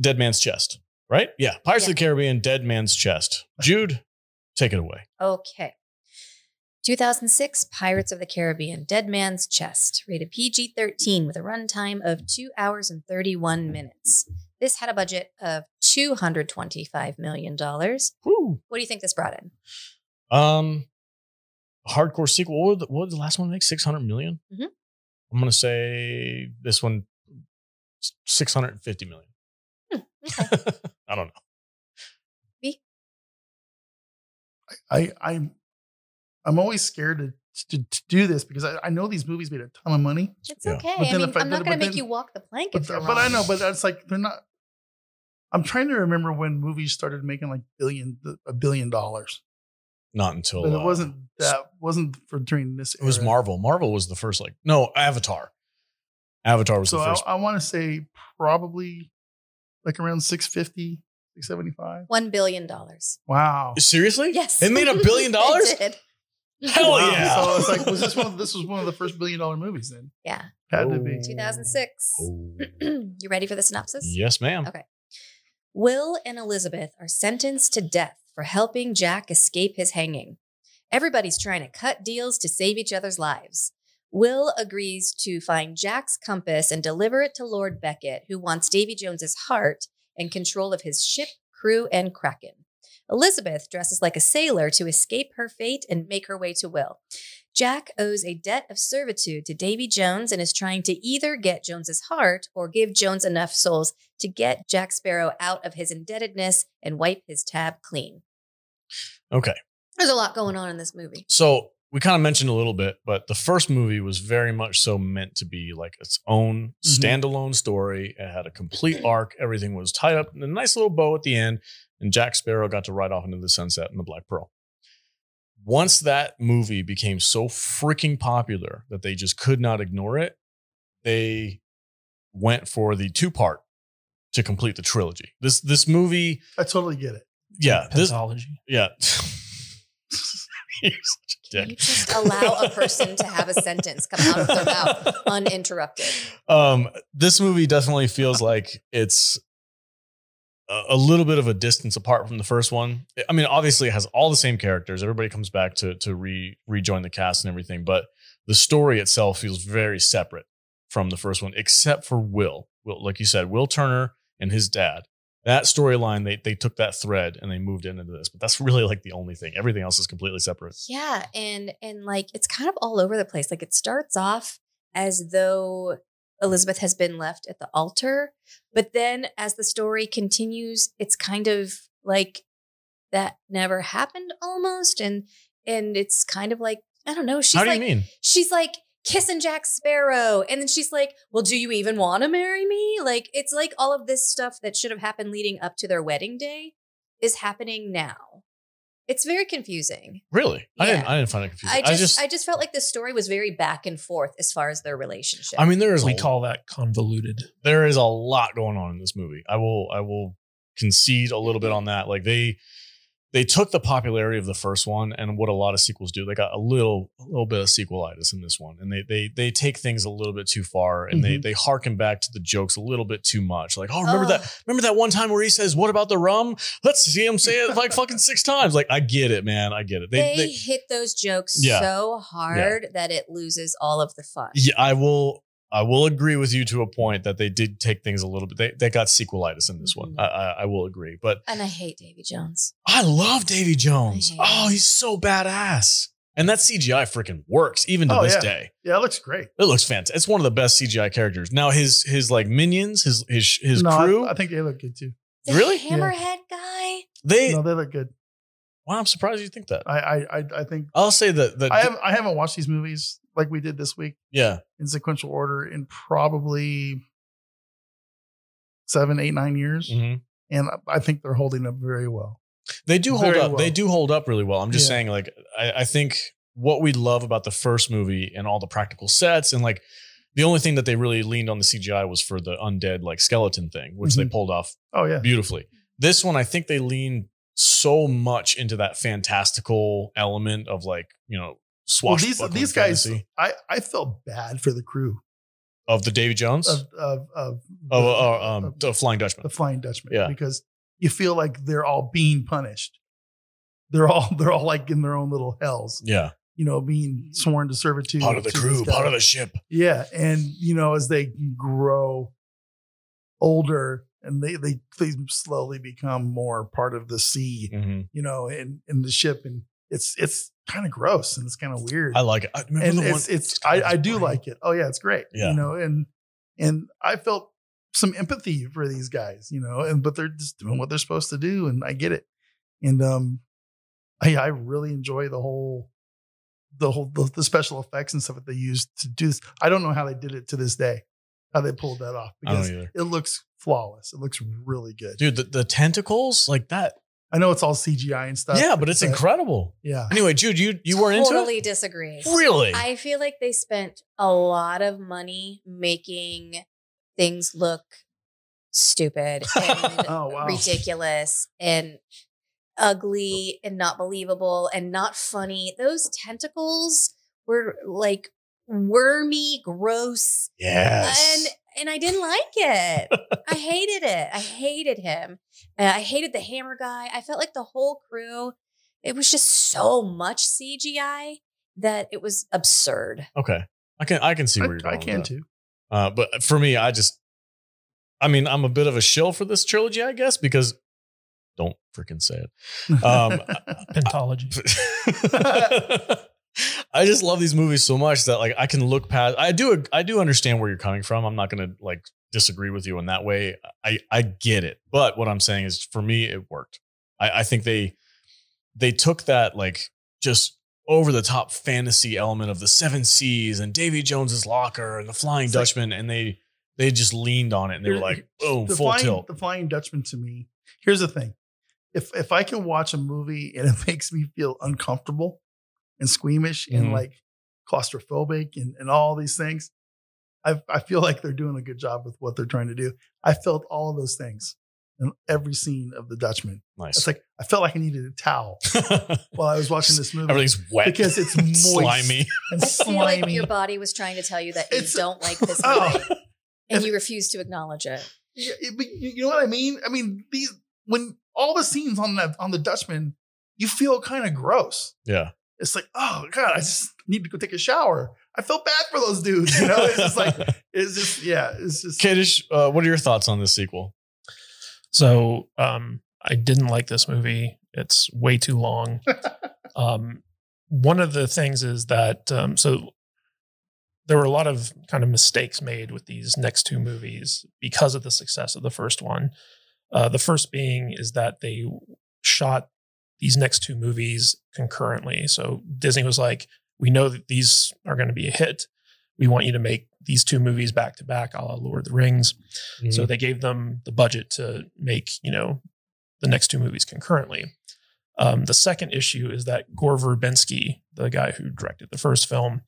Dead Man's Chest right? Yeah. Pirates of the Caribbean, Dead Man's Chest. Jude, take it away.
Okay. 2006 Pirates of the Caribbean Dead Man's Chest, rated PG 13 with a runtime of 2 hours and 31 minutes. This had a budget of $225 million. What
Woo.
do you think this brought in?
Um, hardcore sequel. What would the, what would the last one make? 600 million?
Mhm.
I'm going to say this one, s- 650 million.
Hmm,
I don't know.
I I'm I'm always scared to to, to do this because I, I know these movies made a ton of money,
It's
Yeah.
okay.
But
I
then
mean,
if I-
I'm not going
but- but
to make
then-
you walk the plank
but
if you're
but I
wrong.
know, but that's like they're not. I'm trying to remember when movies started making like billion a billion dollars,
Not until
but it
uh,
wasn't that wasn't for during this.
It was
era.
Marvel. Marvel was the first, like, no, Avatar. Avatar was
So
the
I,
first.
I want to say probably like around 650, 675.
$1 billion.
Wow.
Oh, Seriously?
Yes.
It made a billion
It
dollars?
Oh.
did.
Hell
Wow.
yeah.
So it's like was this one? Of, this was one of the first billion dollar movies then.
Yeah,
Had to be.
2006.
Oh.
you ready for the synopsis?
yes, ma'am.
Okay. Will and Elizabeth are sentenced to death for helping Jack escape his hanging. Everybody's trying to cut deals to save each other's lives. Will agrees to find Jack's compass and deliver it to Lord Beckett, who wants Davy Jones's heart and control of his ship, crew, and Kraken. Elizabeth dresses like a sailor to escape her fate and make her way to Will. Jack owes a debt of servitude to Davy Jones and is trying to either get Jones's heart or give Jones enough souls to get Jack Sparrow out of his indebtedness and wipe his tab clean.
Okay.
There's a lot going on in this movie.
So we kind of mentioned a little bit, but the first movie was very much so meant to be like its own
Mhm.
standalone story. It had a complete arc. Everything was tied up in a nice little bow at the end, and Jack Sparrow got to ride off into the sunset in the Black Pearl. Once that movie became so freaking popular that they just could not ignore it, they went for the two part to complete the trilogy. This this movie,
I totally get it.
yeah, this
Pathology.
yeah. You're such a dick.
You just allow a person to have a sentence come out of their mouth uninterrupted.
um, this movie definitely feels like it's a, a little bit of a distance apart from the first one. I mean, obviously, it has all the same characters. Everybody comes back to to re rejoin the cast and everything, but the story itself feels very separate from the first one, except for Will. Will, like you said, Will Turner and his dad. That storyline, they they took that thread and they moved it into this, but that's really like the only thing. Everything else is completely separate.
Yeah, and and like it's kind of all over the place. Like it starts off as though Elizabeth has been left at the altar, but then as the story continues, it's kind of like that never happened almost and and it's kind of like I don't know, she's
How do
like
you mean?
she's like kissing Jack Sparrow. And then she's like, Well, do you even want to marry me? Like, it's like all of this stuff that should have happened leading up to their wedding day is happening now. It's very confusing.
Really? I didn't.
Yeah.
I didn't find it confusing.
I just, I just felt like the story was very back and forth as far as their relationship.
I mean, there is
We
a
call that convoluted.
there is a lot going on in this movie. I will I will concede a little bit on that. Like they they took the popularity of the first one and what a lot of sequels do. They got a little a little bit of sequelitis in this one, and they they they take things a little bit too far, and they they harken back to the jokes a little bit too much. Like oh remember that remember that one time where he says what about the rum? Let's see him say it like fucking six times. Like I get it, man, I get it.
they,
they,
hit those jokes
Yeah.
so hard that it loses all of the fun.
Yeah, I will. I will agree with you to a point that they did take things a little bit. They, they got sequelitis in this one.
Mhm.
Mm-hmm.
I, I, I will agree, but
And I hate Davy Jones.
I love Davy Jones.
I
Mm-hmm.
hate
Oh,
him.
he's so badass, and that CGI freaking works even to
Oh,
this
yeah.
day.
Yeah, it looks great.
It looks fantastic. It's one of the best CGI characters. Now his his like minions, his his his
no, I-
crew.
I, think they look good too.
The
Really? Yeah.
Hammerhead guy.
they.
No, they look good.
Wow, I'm surprised you think that.
I I I, I think
I'll say that. that
I have I haven't watched these movies like we did this week
yeah,
in sequential order in probably seven, eight, nine years,
Mhm.
and I- I think they're holding up very well.
They do hold
Very
up. They
well.
do hold up really well. I'm just
Yeah.
saying, like, I, I think what we love about the first movie and all the practical sets and like the only thing that they really leaned on the CGI was for the undead like skeleton thing, which they
Mhm.
pulled off
Oh yeah,
beautifully. This one, I think they leaned so much into that fantastical element of like you know
well
swash.
these these guys, I I felt bad for the crew
of the Davy Jones
of
of,
of of,
of,
the-
um,
of
the Flying Dutchman.
the Flying Dutchman
Yeah.
because you feel like they're all being punished. They're all they're all like in their own little hells,
yeah,
you know, being sworn to servitude.
part of the
to
crew,
this guy.
part of the ship.
Yeah, and you know, as they grow older and they they they slowly become more part of the sea,
Mhm.
you know, and in the ship, and it's it's kind of gross and it's kind of weird.
I like it. I remember
and
the
it's
one.
it's I, I do like it. Oh yeah, it's great.
Yeah.
you know, and and I felt some empathy for these guys, you know, and but they're just doing what they're supposed to do, and I get it. And um, I I really enjoy the whole the whole the, the special effects and stuff that they used to do this. I don't know how they did it to this day, how they pulled that off
I don't
because
either.
it looks flawless. It looks really good.
Dude, the, the tentacles like that.
I know it's all CGI and stuff.
Yeah, but it's incredible.
Yeah,
Anyway, Jude, you you weren't
totally
into
disagree.
it. Really?
I feel like they spent a lot of money making things look stupid and
Oh wow.
ridiculous and ugly and not believable and not funny. Those tentacles were like wormy, gross,
yes.
and and I didn't like it. I hated it. I hated him. And I hated the hammer guy. I felt like the whole crew. It was just so much CGI that it was absurd.
okay, I can I can see
I,
where you're
I
going.
can
with that.
too.
Uh, but for me, I just, I mean, I'm a bit of a shill for this trilogy, I guess, because Don't freaking say it. Um,
Pentology.
I just love these movies so much that like I can look past. I do I do understand where you're coming from. I'm not going to like disagree with you in that way. I I get it. But what I'm saying is, for me, it worked. I, I think they they took that like just over the top fantasy element of the Seven Seas and Davy Jones's locker and the Flying
It's like-
Dutchman, and they they just leaned on it and they were like, boom,
the
full
flying,
tilt.
The Flying Dutchman to me. Here's the thing: if if I can watch a movie and it makes me feel uncomfortable and squeamish
Mhm.
and like claustrophobic and, and all these things, I I feel like they're doing a good job with what they're trying to do. I felt all of those things in every scene of the Dutchman.
Nice.
It's like I felt like I needed a towel while I was watching this movie
Everything's wet
Because it's moist.
slimy.
and
I feel like
slimy.
your body was trying to tell you that you
It's-
don't like this movie,
Oh.
and
if-
you refuse to acknowledge it.
Yeah, it- but you, you know what I mean? I mean these when all the scenes on the on the Dutchman, you feel kind of gross.
Yeah.
It's like, oh god, I just need to go take a shower. I felt bad for those dudes. You know, it's just like it's just yeah, it's just
Kiddish, uh, what are your thoughts on this sequel?
So um, I didn't like this movie. It's way too long. um, one of the things is that um, so there were a lot of kind of mistakes made with these next two movies because of the success of the first one. Uh, the first being is that they shot these next two movies concurrently. So Disney was like, "We know that these are going to be a hit. We want you to make these two movies back to back, a la Lord of the Rings."
Mm-hmm.
So they gave them the budget to make, you know, the next two movies concurrently. Um, the second issue is that Gore Verbinski, the guy who directed the first film,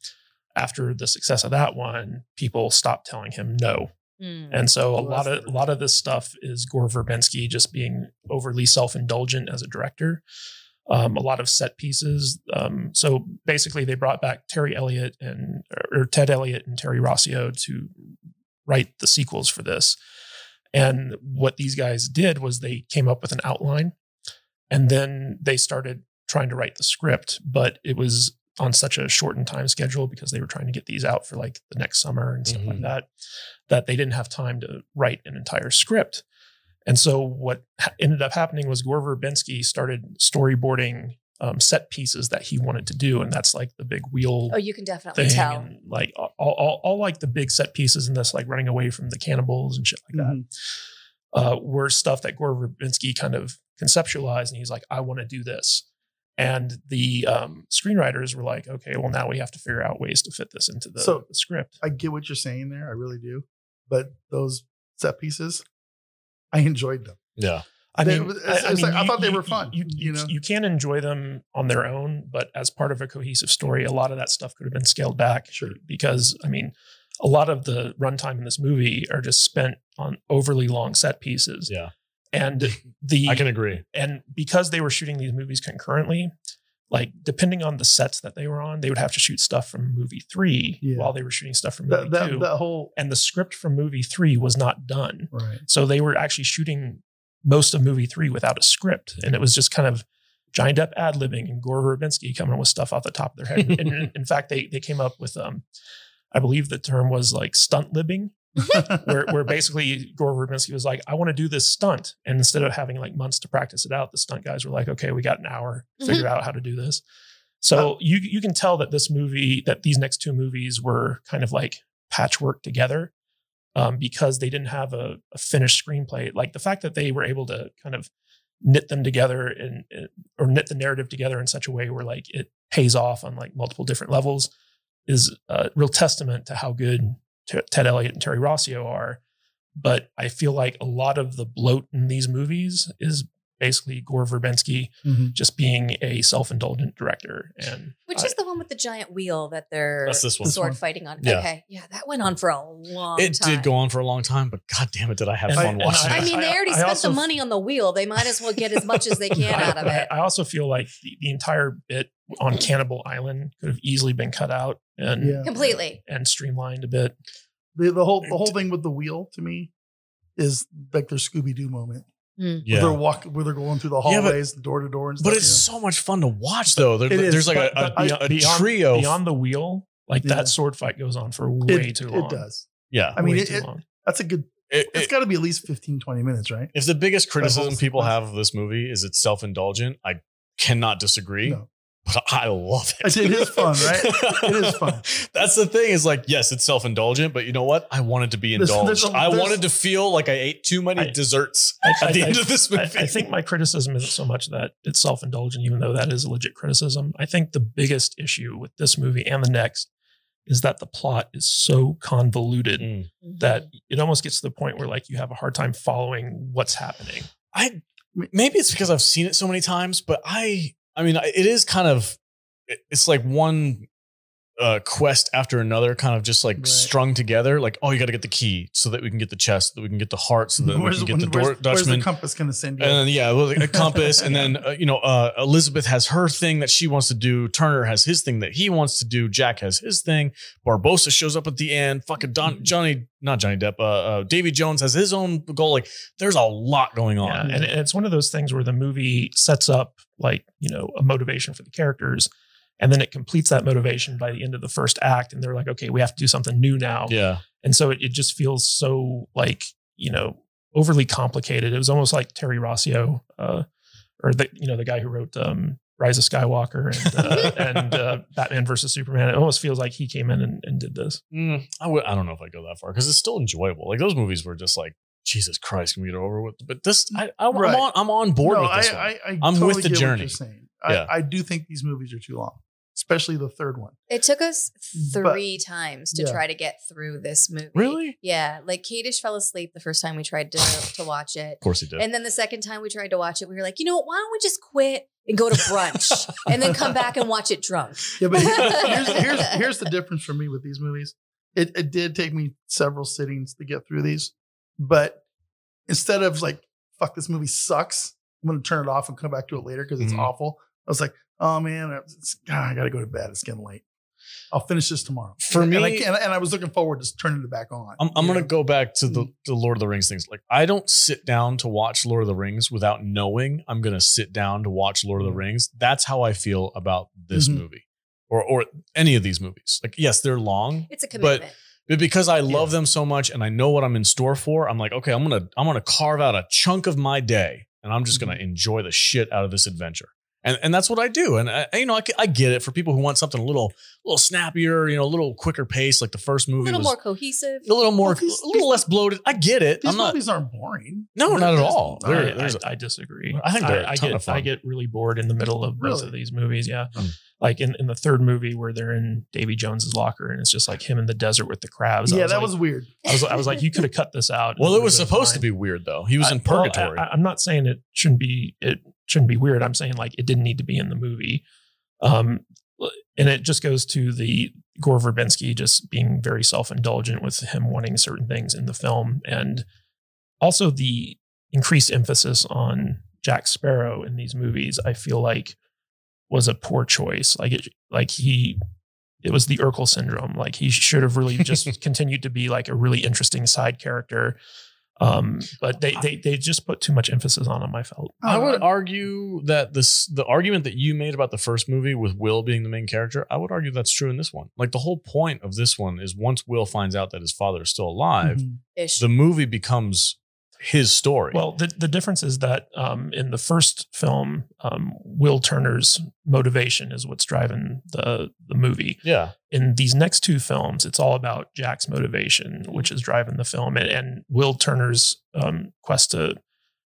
after the success of that one, people stopped telling him no.
Mm.
And so a
Well,
lot
Oh, that's
of a
weird.
lot of this stuff is Gore Verbinski just being overly self-indulgent as a director. Um, a lot of set pieces. Um, so basically, they brought back Terry Elliott and or Ted Elliott and Terry Rossio to write the sequels for this. And what these guys did was they came up with an outline, and then they started trying to write the script. But it was on such a shortened time schedule because they were trying to get these out for like the next summer and stuff like
Mhm.
that that they didn't have time to write an entire script. And so what ha- ended up happening was Gore Verbinski started storyboarding um, set pieces that he wanted to do, and that's like the big wheel
oh, you can definitely
thing,
tell.
and like all, all, all like the big set pieces in this, like running away from the cannibals and shit like that
Mhm.
uh, were stuff that Gore Verbinski kind of conceptualized, and he's like, "I want to do this." And the um, screenwriters were like, "Okay, well now we have to figure out ways to fit this into the,
So-
the script."
I get what you're saying there. I really do. But those set pieces, I enjoyed them.
yeah.
I
They-
mean,
it's- it's like, I thought they were fun,
You,
you know?
you can enjoy them on their own, but as part of a cohesive story, a lot of that stuff could have been scaled back.
Sure.
because I mean, a lot of the runtime in this movie are just spent on overly long set pieces.
Yeah.
And the
I can agree.
and because they were shooting these movies concurrently like depending on the sets that they were on they would have to shoot stuff from movie three
Yeah.
while they were shooting stuff from movie
That that,
two
that whole
and the script from movie three was not done
right.
so they were actually shooting most of movie three without a script and it was just kind of giant up ad libbing and gore verbinski coming with stuff off the top of their head and in, in fact they they came up with um i believe the term was like stunt libbing where, where basically Gore Verbinski was like, I want to do this stunt. And instead of having like months to practice it out, the stunt guys were like, okay, we got an hour, figure out how to do this. So you you can tell that this movie, that these next two movies were kind of like patchwork together um, because they didn't have a, a finished screenplay. Like the fact that they were able to kind of knit them together and or knit the narrative together in such a way where like it pays off on like multiple different levels is a real testament to how good T- Ted Elliott and Terry Rossio are. But I feel like a lot of the bloat in these movies is basically Gore Verbinski
Mhm.
just being a self-indulgent director. And
Which
I-
is the one with the giant wheel that they're
That's this one.
sword
This one.
fighting on.
Yeah.
Okay, yeah, that went on for a long.
It
time.
did go on for a long time, but god damn it, did I have
And-
fun
and
watching
I
it.
mean, they
I-
already
I
spent
also-
the money on the wheel. They might as well get as much as they can out of
I,
it.
I also feel like the, the entire bit on Cannibal Island could have easily been cut out and
Yeah.
Completely.
and streamlined a bit.
The, the whole the whole thing with the wheel to me is like their Scooby Doo moment.
yeah.
Where they're walking, where they're going through the
Yeah, but-
hallways, door to door, and stuff.
But it's so much fun to watch though. There-
It is,
there's like a,
but-
a-
but
a
beyond-
trio.
Beyond the wheel, like
Oh. Yeah.
that sword fight goes on for
yeah.
way
it,
too long.
It does.
yeah.
I mean,
Way
it,
too
it-
long.
that's a good
It-
It's
it-
got to be at least 15, 20 minutes, right?
if the biggest criticism
whole-
people have of this movie is it's self indulgent, I cannot disagree.
No.
But I love it.
It is fun, right? It is fun.
That's the thing is like, yes, it's self indulgent, but you know what? I wanted to be
There's-
indulged.
there's a-
I
there's-
wanted to feel like I ate too many
I-
desserts
I-
at the
I-
end of this
I,
movie.
I think my criticism isn't so much that it's self indulgent, even though that is a legit criticism. I think the biggest issue with this movie and the next is that the plot is so convoluted
Mm.
that it almost gets to the point where like you have a hard time following what's happening.
I maybe it's because I've seen it so many times, but I I mean I- it is kind of it- it's like one uh quest after another kind of just like
Right.
strung together like oh you got to get the key so that we can get the chest so that we can get the heart so that we can get the door
where's, where's
Dutchman
the compass going to send you?
and then, yeah, well, a compass, and then uh, you know, uh, Elizabeth has her thing that she wants to do. Turner has his thing that he wants to do. Jack has his thing. Barbosa shows up at the end. Fucking
Mm-hmm.
Don, Johnny, not Johnny Depp. Uh, uh, Davy Jones has his own goal. Like, there's a lot going on.
Yeah, and it's one of those things where the movie sets up like you know a motivation for the characters, and then it completes that motivation by the end of the first act, and they're like, okay, we have to do something new now,
Yeah.
and so it, it just feels so like you know overly complicated. It was almost like Terry Rossio, uh, or the you know the guy who wrote um, Rise of Skywalker and, uh, and uh, Batman versus Superman. It almost feels like he came in and, and did this.
Mm, I w- I don't know if I go that far because it's still enjoyable. Like those movies were just like Jesus Christ, can we get over with? But this, I, I,
Right.
am on, I'm on board
No,
with this.
I,
one.
I, I
I'm
totally
with the
get what
journey.
you're saying. I,
Yeah.
I do think these movies are too long, especially the third one.
It took us
But-
three times to
Yeah.
try to get through this movie.
Really?
Yeah. Like Kadish fell asleep the first time we tried to, to watch it.
of course he did.
And then the second time we tried to watch it, we were like, you know what? Why don't we just quit and go to brunch and then come back and watch it drunk?
Yeah, but here's, here's here's the difference for me with these movies. It it did take me several sittings to get through these, but instead of like fuck this movie sucks, I'm gonna turn it off and come back to it later because it's
Mhm.
awful. I was like, oh man, it's, ah, I gotta go to bed. It's getting late. I'll finish this tomorrow.
For
and I,
me-
and, and I was looking forward to turning it back on.
I'm, I'm
you
going to go
know?
back to
Mm-hmm.
the, the Lord of the Rings things. Like, I don't sit down to watch Lord of the Rings without knowing I'm going to sit down to watch Lord of
Mm-hmm.
the Rings. That's how I feel about this
Mhm.
movie or, or any of these movies. Like, yes, they're long,
It's a commitment.
but because I love them so much and I know what I'm in store for, I'm like, okay, I'm going to, I'm going to carve out a chunk of my day and I'm just going
Mm-hmm.
to enjoy the shit out of this adventure. And, and that's what I do. And I, you know, I, c- I get it for people who want something a little, a little snappier, you know, a little quicker pace, like the first
a
movie
little
was
more cohesive.
a little more,
Well, these-
a little less bloated. I get it.
These
I'm not.
movies aren't boring.
No,
They're
not at
just-
all.
I-
They're-
I
There- there's a-
I disagree.
I think there are a
I, I
ton
get
of fun.
I get really bored in the middle of both
Really?
of these movies. Yeah,
Mm.
like in, in the third movie where they're in Davy Jones's locker and it's just like him in the desert with the crabs. I
yeah, that
like-
was weird.
I was I was like you could have cut this out.
well, it
and
was
would've been
supposed to
fine.
be weird though. He was in
I- well,
purgatory.
I, am not saying it shouldn't be it shouldn't be weird. I'm saying like it didn't need to be in the movie. Um, and it just goes to the Gore Verbinski just being very self indulgent with him wanting certain things in the film, and also the increased emphasis on Jack Sparrow in these movies. I feel like was a poor choice. Like it, like he. It was the Urkel syndrome. Like he should have really just continued to be like a really interesting side character. Um, but they, they they just put too much emphasis on him. I felt.
I
don't know.
would argue that this the argument that you made about the first movie with Will being the main character, I would argue that's true in this one. Like the whole point of this one is once Will finds out that his father is still alive,
Mhm.
Ish.
the movie becomes his story.
Well, the the difference is that um, in the first film, um, Will Turner's motivation is what's driving the the movie.
yeah.
In these next two films, it's all about Jack's motivation, which is driving the film, and, and Will Turner's um, quest to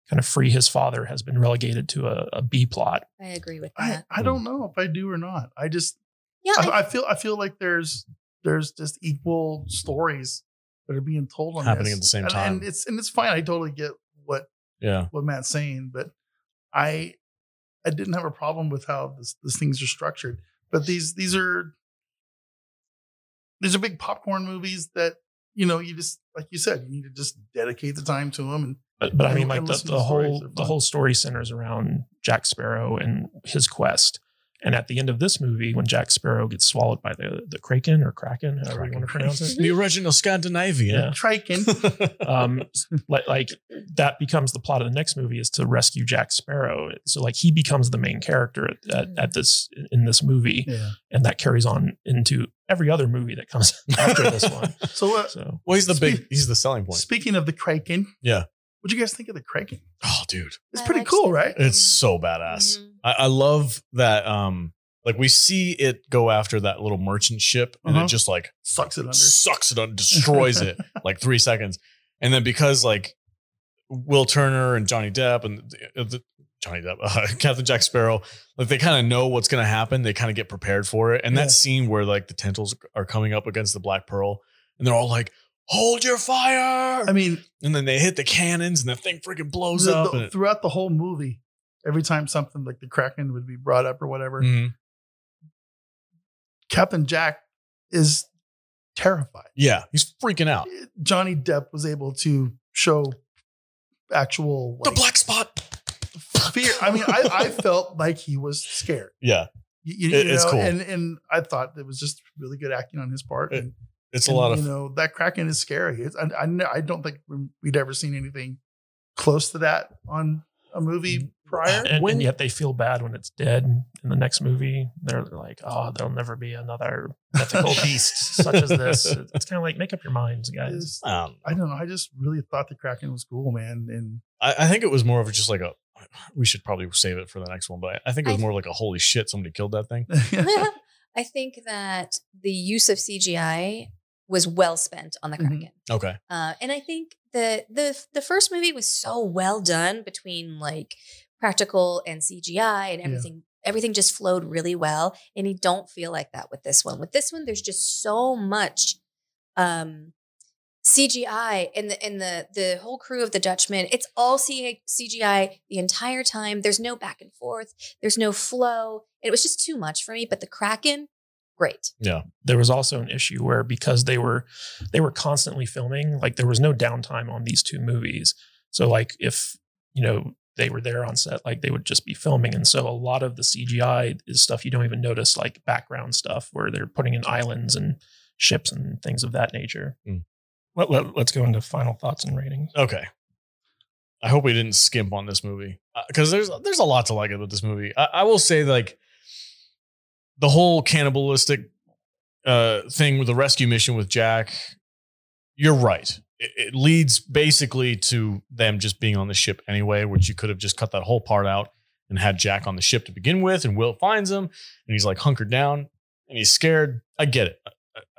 kind of free his father has been relegated to a, a B plot.
I agree with
I,
that.
I don't know if I do or not. I just
yeah. I,
I, I feel I feel like there's there's just equal stories that are being told on
Happening
this.
at the same
And-
time.
and it's and it's fine. I totally get what
Yeah.
what Matt's saying, but I I didn't have a problem with how this, these things are structured. But these these are these are big popcorn movies that you know you just like you said you need to just dedicate the time to them and
But, but I
And-
mean, like
and
the,
listen to
the
stories,
whole
they're
the
fun.
whole story centers around Jack Sparrow and his quest. And at the end of this movie, when Jack Sparrow gets swallowed by the the kraken or kraken, however you want to pronounce it,
The original Scandinavian.
Yeah.
triking.
um, like like that becomes the plot of the next movie is to rescue Jack Sparrow. So like he becomes the main character at, at, at this in this movie,
yeah.
and that carries on into every other movie that comes after this one.
So, uh,
So
Well, he's the big,
Speak-
he's the selling point.
speaking of the Kraken,
Yeah.
what do you guys think of the Kraken?
Oh, dude.
It's
I
pretty
liked
cool,
it.
right?
It's so badass.
Mhm.
I, I love that. Um, like we see it go after that little merchant ship, and
Uh-huh.
it just like
Sucks it under.
sucks it on, destroys it like three seconds, and then because like Will Turner and Johnny Depp and the, the, Johnny Depp, uh, Captain Jack Sparrow, like they kind of know what's gonna happen. They kind of get prepared for it, and
Yeah.
that scene where like the tentacles are coming up against the Black Pearl, and they're all like. Hold your fire!
I mean,
and then they hit the cannons, and the thing freaking blows
the-
up.
the-
and it-
throughout the whole movie, every time something like the Kraken would be brought up or whatever,
Mhm.
Captain Jack is terrified.
Yeah, he's freaking out.
Johnny Depp was able to show actual
The
like,
black spot.
fear. I mean, I, I felt like he was scared.
Yeah,
You,
It- it's cool.
And and I thought it was just really good acting on his part.
It-
and,
it's a
and,
lot
you
of
know that Kraken is scary. It's, I, I kn- I don't think we'd ever seen anything close to that on a
Mm.
movie prior.
and,
When-
and yet they feel bad when it's dead in the next movie. They're like, oh, there'll never be another mythical beast such as this. It's kind of like make up your minds, guys.
It's-
Um,
I don't know. I just really thought the Kraken was cool, man. And
I, I think it was more of just like a. We should probably save it for the next one, but I, I think it was
I-
more like a holy shit, somebody killed that thing.
I think that the use of CGI was well spent on the
Mhm.
Kraken.
Okay,
Uh, and I think the the the first movie was so well done between like practical and CGI and
Yeah.
everything. Everything just flowed really well, and you don't feel like that with this one. With this one, there's just so much um, CGI and the and the the whole crew of the Dutchman. It's all C- CGI the entire time. There's no back and forth. There's no flow. It was just too much for me. But the Kraken, great.
There was also an issue where because they were they were constantly filming, like there was no downtime on these two movies. So like if you know they were there on set, like they would just be filming, and so a lot of the CGI is stuff you don't even notice, like background stuff where they're putting in islands and ships and things of that nature.
Mm.
Let, let, let's go into final thoughts and ratings.
okay. I hope we didn't skimp on this movie because there's there's a lot to like about this movie. I, I will say like the whole cannibalistic uh, thing with the rescue mission with Jack. You're right. It, it leads basically to them just being on the ship anyway, which you could have just cut that whole part out and had Jack on the ship to begin with. And Will finds him, and he's like hunkered down and he's scared. I get it.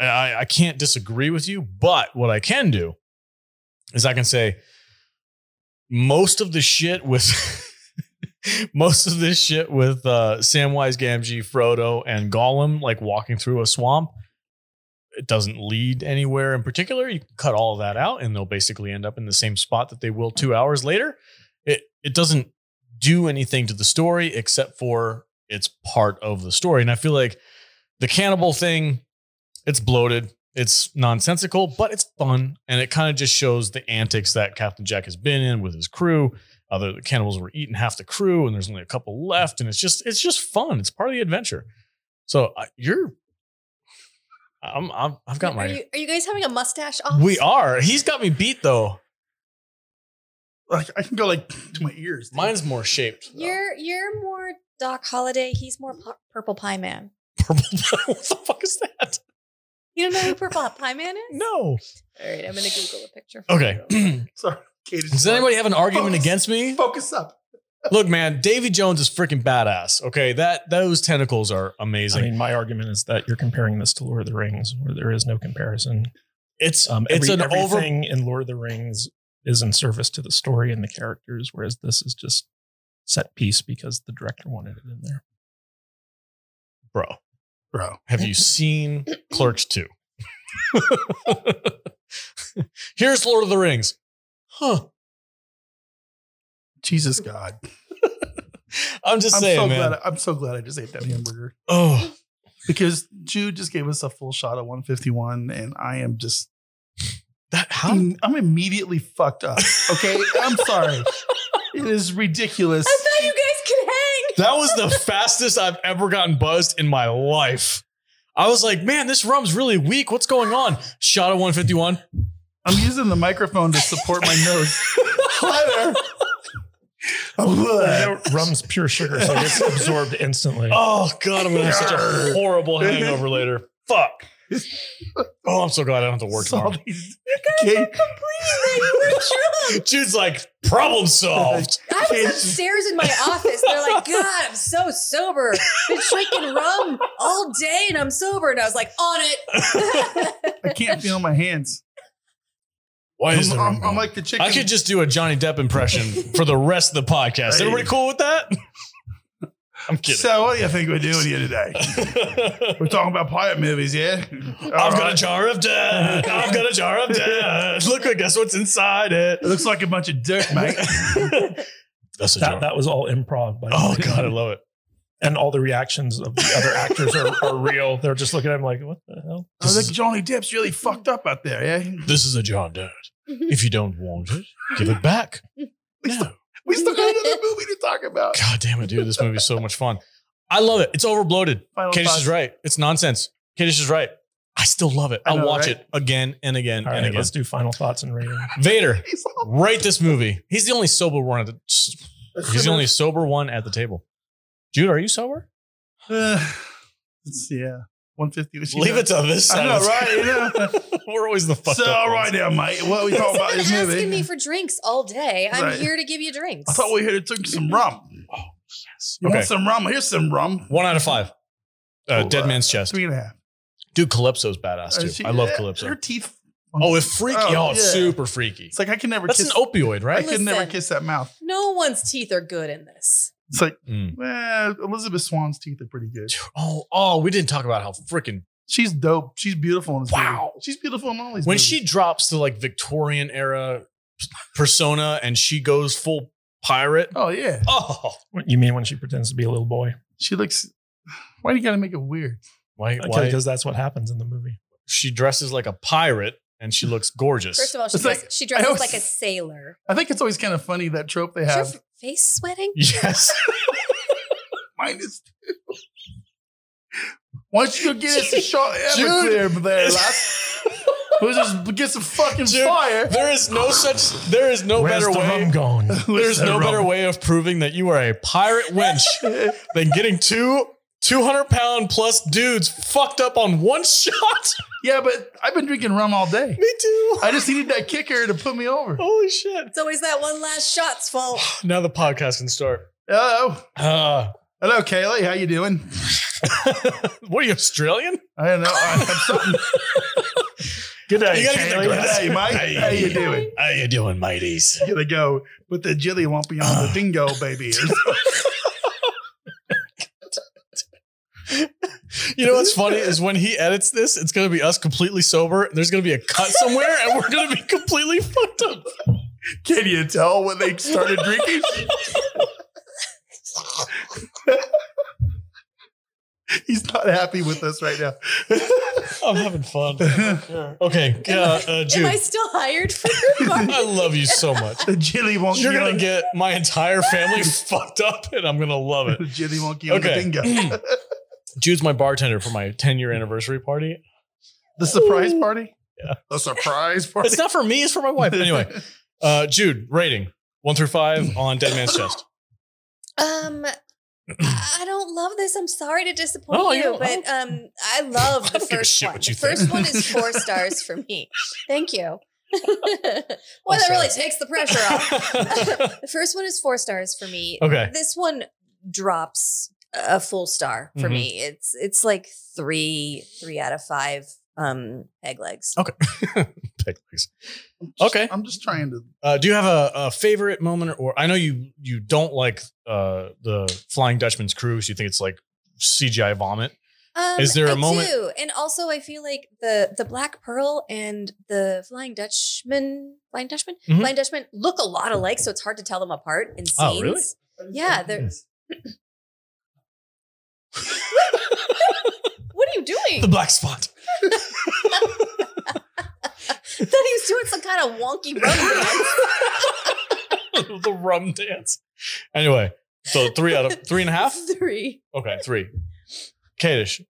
I, I, I can't disagree with you, but what I can do is I can say most of the shit with most of this shit with uh, Samwise Gamgee, Frodo, and Gollum like walking through a swamp. It doesn't lead anywhere in particular. You can cut all of that out, and they'll basically end up in the same spot that they will two hours later. It it doesn't do anything to the story except for it's part of the story, and I feel like the cannibal thing, it's bloated, it's nonsensical, but it's fun, and it kind of just shows the antics that Captain Jack has been in with his crew other the cannibals were eating half the crew and there's only a couple left and it's just it's just fun it's part of the adventure so I, you're I'm, I'm i've got
Are
my
you are you guys having a mustache off?
we are he's got me beat though
like, I can go like to my ears. dude.
mine's more shaped though.
You're you're more Doc Holiday. He's
Mm.
more pu- Purple Pie Man.
purple what the fuck is that
You don't know who Purple Pie Man is?
no
All right, I'm gonna Google a picture. for
okay
you.
Sorry. Katie,
does anybody have an argument
Focus.
against me
focus up?
look man davy jones is freaking badass okay that those tentacles are
I
amazing
mean, my argument is that you're comparing this to Lord of the Rings, where there is no comparison.
it's
Um,
it's
every-
an over
everything in Lord of the Rings is in service to the story and the characters, whereas this is just set piece because the director wanted it in there.
bro
Bro.
Have you seen Clerks 2? Here's Lord of the Rings. Huh.
Jesus God.
I'm just
I'm
saying,
so
man.
glad I'm so glad I just ate that hamburger.
oh,
Because Jude just gave us a full shot of 151, and I am just
that how
I'm, I'm immediately fucked up. Okay. I'm sorry. It is ridiculous.
I thought you guys could hang.
that was the fastest I've ever gotten buzzed in my life. I was like, man, this rum's really weak. What's going on? Shot at 151.
I'm using the microphone to support my nose. Hi
Uh,
there.
No, rum's pure sugar, so it gets absorbed instantly.
Oh god, I'm gonna have such a horrible hangover later. Fuck. Oh, I'm so glad I don't have to work
Saw
tomorrow.
these
guys are
Kate-
complaining that you were drunk.
Jude's like, problem solved.
I was
Kate-
upstairs in my office. They're like, God, I'm so sober. Been drinking rum all day and I'm sober. And I was like, on it.
I can't feel my hands.
Why
I'm,
is it?
I'm- I'm like the chicken.
I could just do a Johnny Depp impression for the rest of the podcast.
Hey.
Everybody cool with that? I'm kidding.
so, what do you think we're doing here today? We're talking about pirate movies, yeah? All
I've got a
right.
jar of death. I've got a jar of death. Look, I guess what's inside it.
It looks like a bunch of dirt, mate.
That's a
That, that was all improv. By the
oh
way.
god, I love it.
And all the reactions of the other actors are, are real. They're just looking at him like, what the hell?
Oh,
I think Oh, Johnny Depp's really fucked up out there, yeah? At
This is a jar of death. If you don't want it, give it back.
least
No.
We still got another movie to talk about.
God damn it, dude. This movie's so much fun. I love it. It's overbloated.
Final
Kadish
thoughts.
is right. It's nonsense. Kadish is right. I still love it.
I
I'll
know,
watch
right?
it again and again
All
and
right,
again.
let's do final thoughts and rating.
Vader,
He's all-
rate this movie. He's the only sober one at the He's the only sober one at the table. Jude, are you sober?
Uh, it's, yeah, 150. to
Leave it to this
I
side.
know,
of the
right? You know?
We're always the fucked
so,
up
all
ones.
right now, mate. What are we
Someone
talking about this
asking
movie?
me for drinks all day. I'm
Right.
here to give you drinks.
I thought we were here to drink some rum. You
Oh, Okay.
want some rum? Here's some rum.
One out of five. Uh,
Cool,
Dead
uh,
Man's Chest.
Three and a half.
Dude, Calypso's badass too.
Uh, she-
I love
yeah,
Calypso.
Her teeth.
Oh, it's freaky.
Oh,
Oh, it's
yeah.
super freaky.
It's like I can never
That's
kiss.
an opioid,
I
right?
could never
Listen.
kiss that mouth.
no one's teeth are good in this.
It's like,
Mm.
well, Elizabeth Swan's teeth are pretty good.
Oh, oh, we didn't talk about how freaking
She's dope. She's beautiful in this
Wow.
movie. She's beautiful in all these
when
movies.
she drops the like Victorian era persona and she goes full pirate.
Oh, yeah.
Oh,
What, you mean when she pretends to be a little boy?
She looks. Why do you got to make it weird?
why?
Okay,
why?
because that's what happens in the movie.
She dresses like a pirate and she looks gorgeous.
First of all, she,
It's
dress,
like-
she
I
dresses
always-
like a sailor.
I think it's always kind of funny that trope they
Is your
have.
f- face sweating?
yes.
Minus two. Why don't you go get us a shot of
Dude.
Everclear there, lad? We'll just get some fucking
Dude.
fire.
There is no such. There is no
Where's
better
the
way.
rum gone?
There's no better way of proving that you are a pirate wench
way.
than getting two 200 pound plus dudes fucked up on one shot.
Yeah, but I've been drinking rum all day.
Me too.
I just needed that kicker to put me over.
Holy shit.
It's always that one last shot's fault.
Now the podcast can start.
Hello,
Uh,
hello, Kaylee. How you doing?
what are you, Australian?
I don't know. I have something.
Good day,
You gotta get the
Kaylee.
glass.
Hey, Mike.
Hey.
How you doing?
How you doing, mateys?
Gonna go with the jelly lumpy on the dingo baby.
You know what's funny is when he edits this, it's gonna be us completely sober. There's gonna be a cut somewhere, and we're gonna be completely fucked up.
Can you tell when they started drinking? He's not happy with us right now.
I'm having fun. Okay, uh, uh, Jude,
Am I still hired for your bar?
I love you so much.
The jelly wonky.
You're gonna
on-
get my entire family fucked up, and I'm gonna love it.
the jelly wonky on
Okay.
the dingo.
Jude's my bartender for my 10 year anniversary party.
the surprise party.
Yeah.
The surprise party.
It's not for me; it's for my wife. Anyway, uh, Jude, rating one through five on Dead Man's Chest.
Um, I don't love this. I'm sorry to disappoint
No, I
you,
don't- I
but um, I love
I
the
don't give a
first
shit
one.
what you
the
think.
first one is four stars for me. Thank you. Well, that
sorry.
really takes the pressure off. the first one is four stars for me.
okay.
This one drops a full star
Mm-hmm.
for me. It's it's like three three out of five um peg legs.
Okay. Peg legs. Okay.
I'm just trying to.
Uh, do you have a, a favorite moment, or I know you you don't like uh, the Flying Dutchman's cruise. You think it's like CGI vomit.
Um,
Is there a
a
moment-
Do. And also, I feel like the the Black Pearl and the Flying Dutchman, Flying Dutchman,
Mhm.
Flying Dutchman look a lot alike, so it's hard to tell them apart in scenes.
Oh, really?
Yeah, there's- What are you doing?
The black spot.
I thought he was doing some kind of wonky run dance.
the rum dance. Anyway, so three out of three and a half.
Three.
Okay, three. Kadish,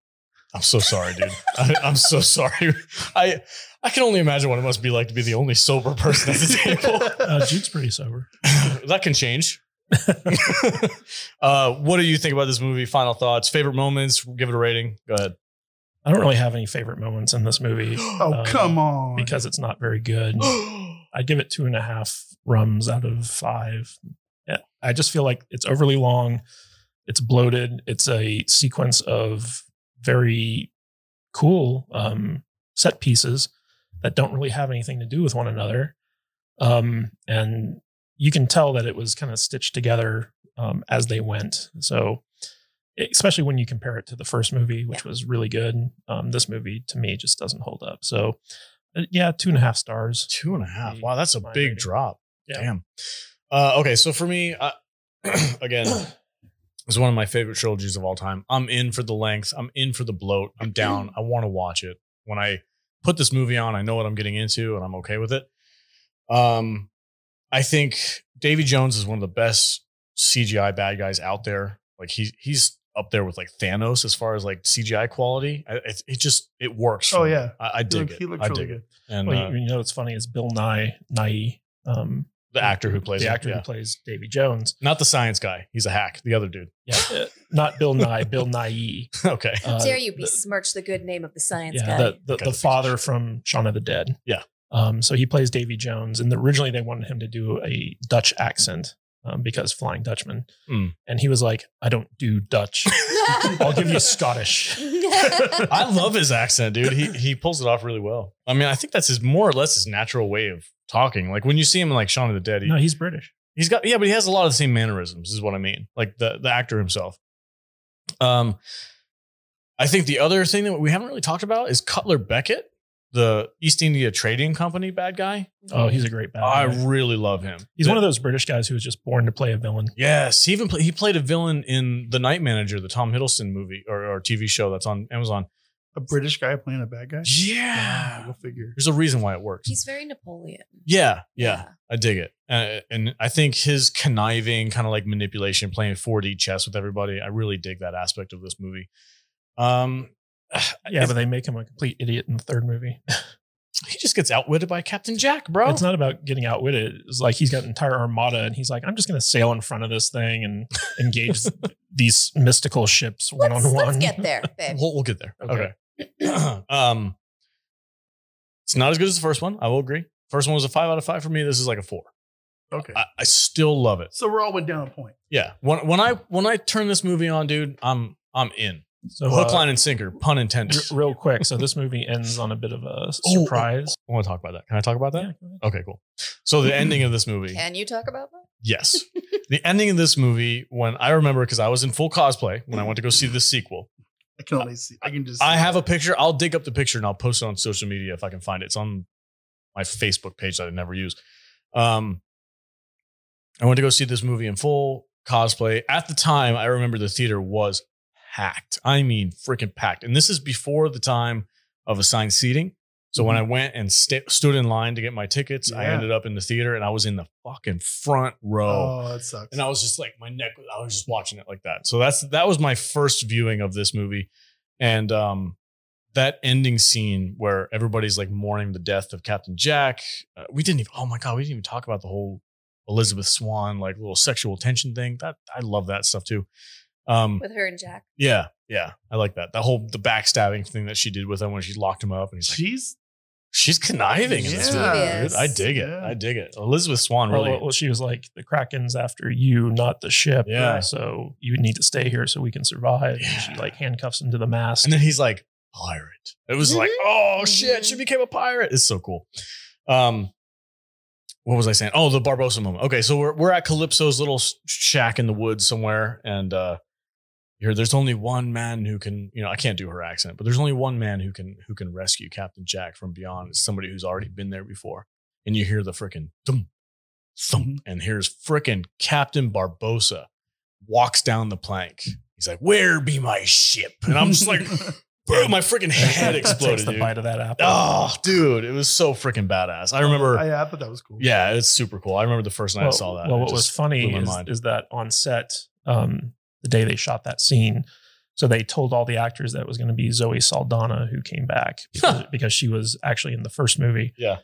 I'm so sorry, dude. I, I'm so sorry. I I can only imagine what it must be like to be the only sober person at the table.
Uh,
Oh,
Jude's pretty sober.
that can change. uh, what do you think about this movie? Final thoughts, favorite moments. Give it a rating. Go ahead.
I don't really have any favorite moments in this movie
Oh,
Um,
come on.
because it's not very good. I give it two and a half rums out of five. Yeah, I just feel like it's overly long. It's bloated. It's a sequence of very cool um, set pieces that don't really have anything to do with one another. Um, and you can tell that it was kind of stitched together um, as they went. So, e, especially when you compare it to the first movie, which was really good, um, this movie to me just doesn't hold up. So, uh, yeah, two and a half stars.
Two and a half. Wow, that's a
My
big
rating.
drop.
Yeah.
Damn. Uh, okay, so for me, uh, again, it's one of my favorite trilogies of all time. I'm in for the length. I'm in for the bloat. I'm down. I want to watch it. When I put this movie on, I know what I'm getting into, and I'm okay with it. Um, I think Davy Jones is one of the best CGI bad guys out there. Like he's he's up there with like Thanos as far as like CGI quality. I, it, it just it works.
Oh,
for me.
yeah.
I, I dig
looked-
it.
he looked
I
really
dig it.
good.
And
Well,
uh,
you, you know what's funny is Bill Nye, Nye, um,
Hmm. the actor who plays
the
him,
actor
yeah.
who plays Davy Jones.
Not the science guy. He's a hack. The other dude.
Yeah, uh, not Bill Nye, Bill Nye.
okay.
How
Uh,
dare you
the-
besmirch the good name of the science
yeah,
guy?
the the,
Okay,
the
the
father from Shaun of the Dead.
Yeah.
Um, so he plays Davy Jones, and originally they wanted him to do a Dutch accent um, because Flying Dutchman,
Mm.
and he was like, "I don't do Dutch. I'll give you Scottish."
I love his accent, dude. He he pulls it off really well. I mean, I think that's his more or less his natural way of talking. Like when you see him in like Shaun of the Dead, he,
No, he's British.
He's got yeah, but he has a lot of the same mannerisms, is what I mean. Like the the actor himself. Um, I think the other thing that we haven't really talked about is Cutler Beckett, the East India Trading Company bad guy.
Oh, he's a great bad.
I
guy.
really love him.
he's one of those British guys who was just born to play a villain.
Yes, he even play, he played a villain in the Night Manager, the Tom Hiddleston movie or, or TV show that's on Amazon.
a British guy playing a bad guy?
Yeah,
Wow, go figure.
there's a reason why it works.
He's very Napoleon.
Yeah, yeah, I dig it, uh, and I think his conniving, kind of like manipulation, playing 4D chess with everybody. I really dig that aspect of this movie. Um,
Yeah, but they make him a complete idiot in the third movie.
he just gets outwitted by Captain Jack, bro.
It's not about getting outwitted. It's like he's got an entire armada, and he's like, "I'm just going to sail in front of this thing and engage these mystical ships one
Let's,
on one."
let's get there, babe.
we'll, we'll get there.
Okay.
Okay. um, it's not as good as the first one. I will agree. First one was a five out of five for me. This is like a four.
Okay.
I, I still love it.
so we're all went down a point.
Yeah. When when I when I turn this movie on, dude, I'm I'm in.
So,
Hook,
uh,
line, and sinker. Pun intended.
r- real quick. So this movie ends on a bit of a
oh,
surprise.
I want to talk about that. Can I talk about that?
Yeah, go ahead.
Okay, cool. So the ending of this movie.
Can you talk about that?
Yes. the ending of this movie, when I remember, because I was in full cosplay when I went to go see the sequel.
I can only see. I can just.
I
see
have a
that.
picture. I'll dig up the picture and I'll post it on social media if I can find it. It's on my Facebook page that I never use. Um, I went to go see this movie in full cosplay. At the time, I remember the theater was packed. I mean, freaking packed. And this is before the time of assigned seating. So when I went and sta- stood in line to get my tickets, I
Mm-hmm. Yeah.
ended up in the theater and I was in the fucking front row
Oh, that sucks.
and I was just like my neck was- I was just watching it like that. So that's that was my first viewing of this movie and um that ending scene where everybody's like mourning the death of Captain Jack. Uh, we didn't even oh my god, we didn't even talk about the whole Elizabeth Swan like little sexual tension thing. That I love that stuff too. Um
With her and Jack.
yeah, yeah. I like that. The whole the backstabbing thing that she did with him when she locked him up and he's like
She's
she's conniving in this movie.
Yes.
Dude. I dig it.
Yeah.
I dig it. Elizabeth
oh,
Swan
Well,
really
well, she was like, "The Kraken's after you, not the ship.
Yeah.
So you need to stay here so we can survive." And she
Yeah.
like handcuffs him to the mast.
And then he's like, pirate. It was like, oh shit, she became a pirate. It's so cool. Um, what was I saying? Oh, the Barbosa moment. Okay, so we're we're at Calypso's little s- shack in the woods somewhere, and uh here there's only one man who can, you know, I can't do her accent, but there's only one man who can who can rescue Captain Jack from beyond. It's somebody who's already been there before. And you hear the frickin' thump, thump, and here's frickin' Captain Barbosa walks down the plank. He's like, Where be my ship? And I'm just like, Bro, my freaking head
Takes
exploded.
the
dude.
bite of that apple.
Oh, dude, it was so freaking badass. I remember.
I, yeah, I thought that was cool.
yeah, it's super cool. I remember the first night I saw that.
Well,
it
what was
just
funny
blew my
is,
mind.
is that on set, um, the day they shot that scene, so they told all the actors that it was going to be Zoe Saldana who came back because, because she was actually in the first movie.
Yeah.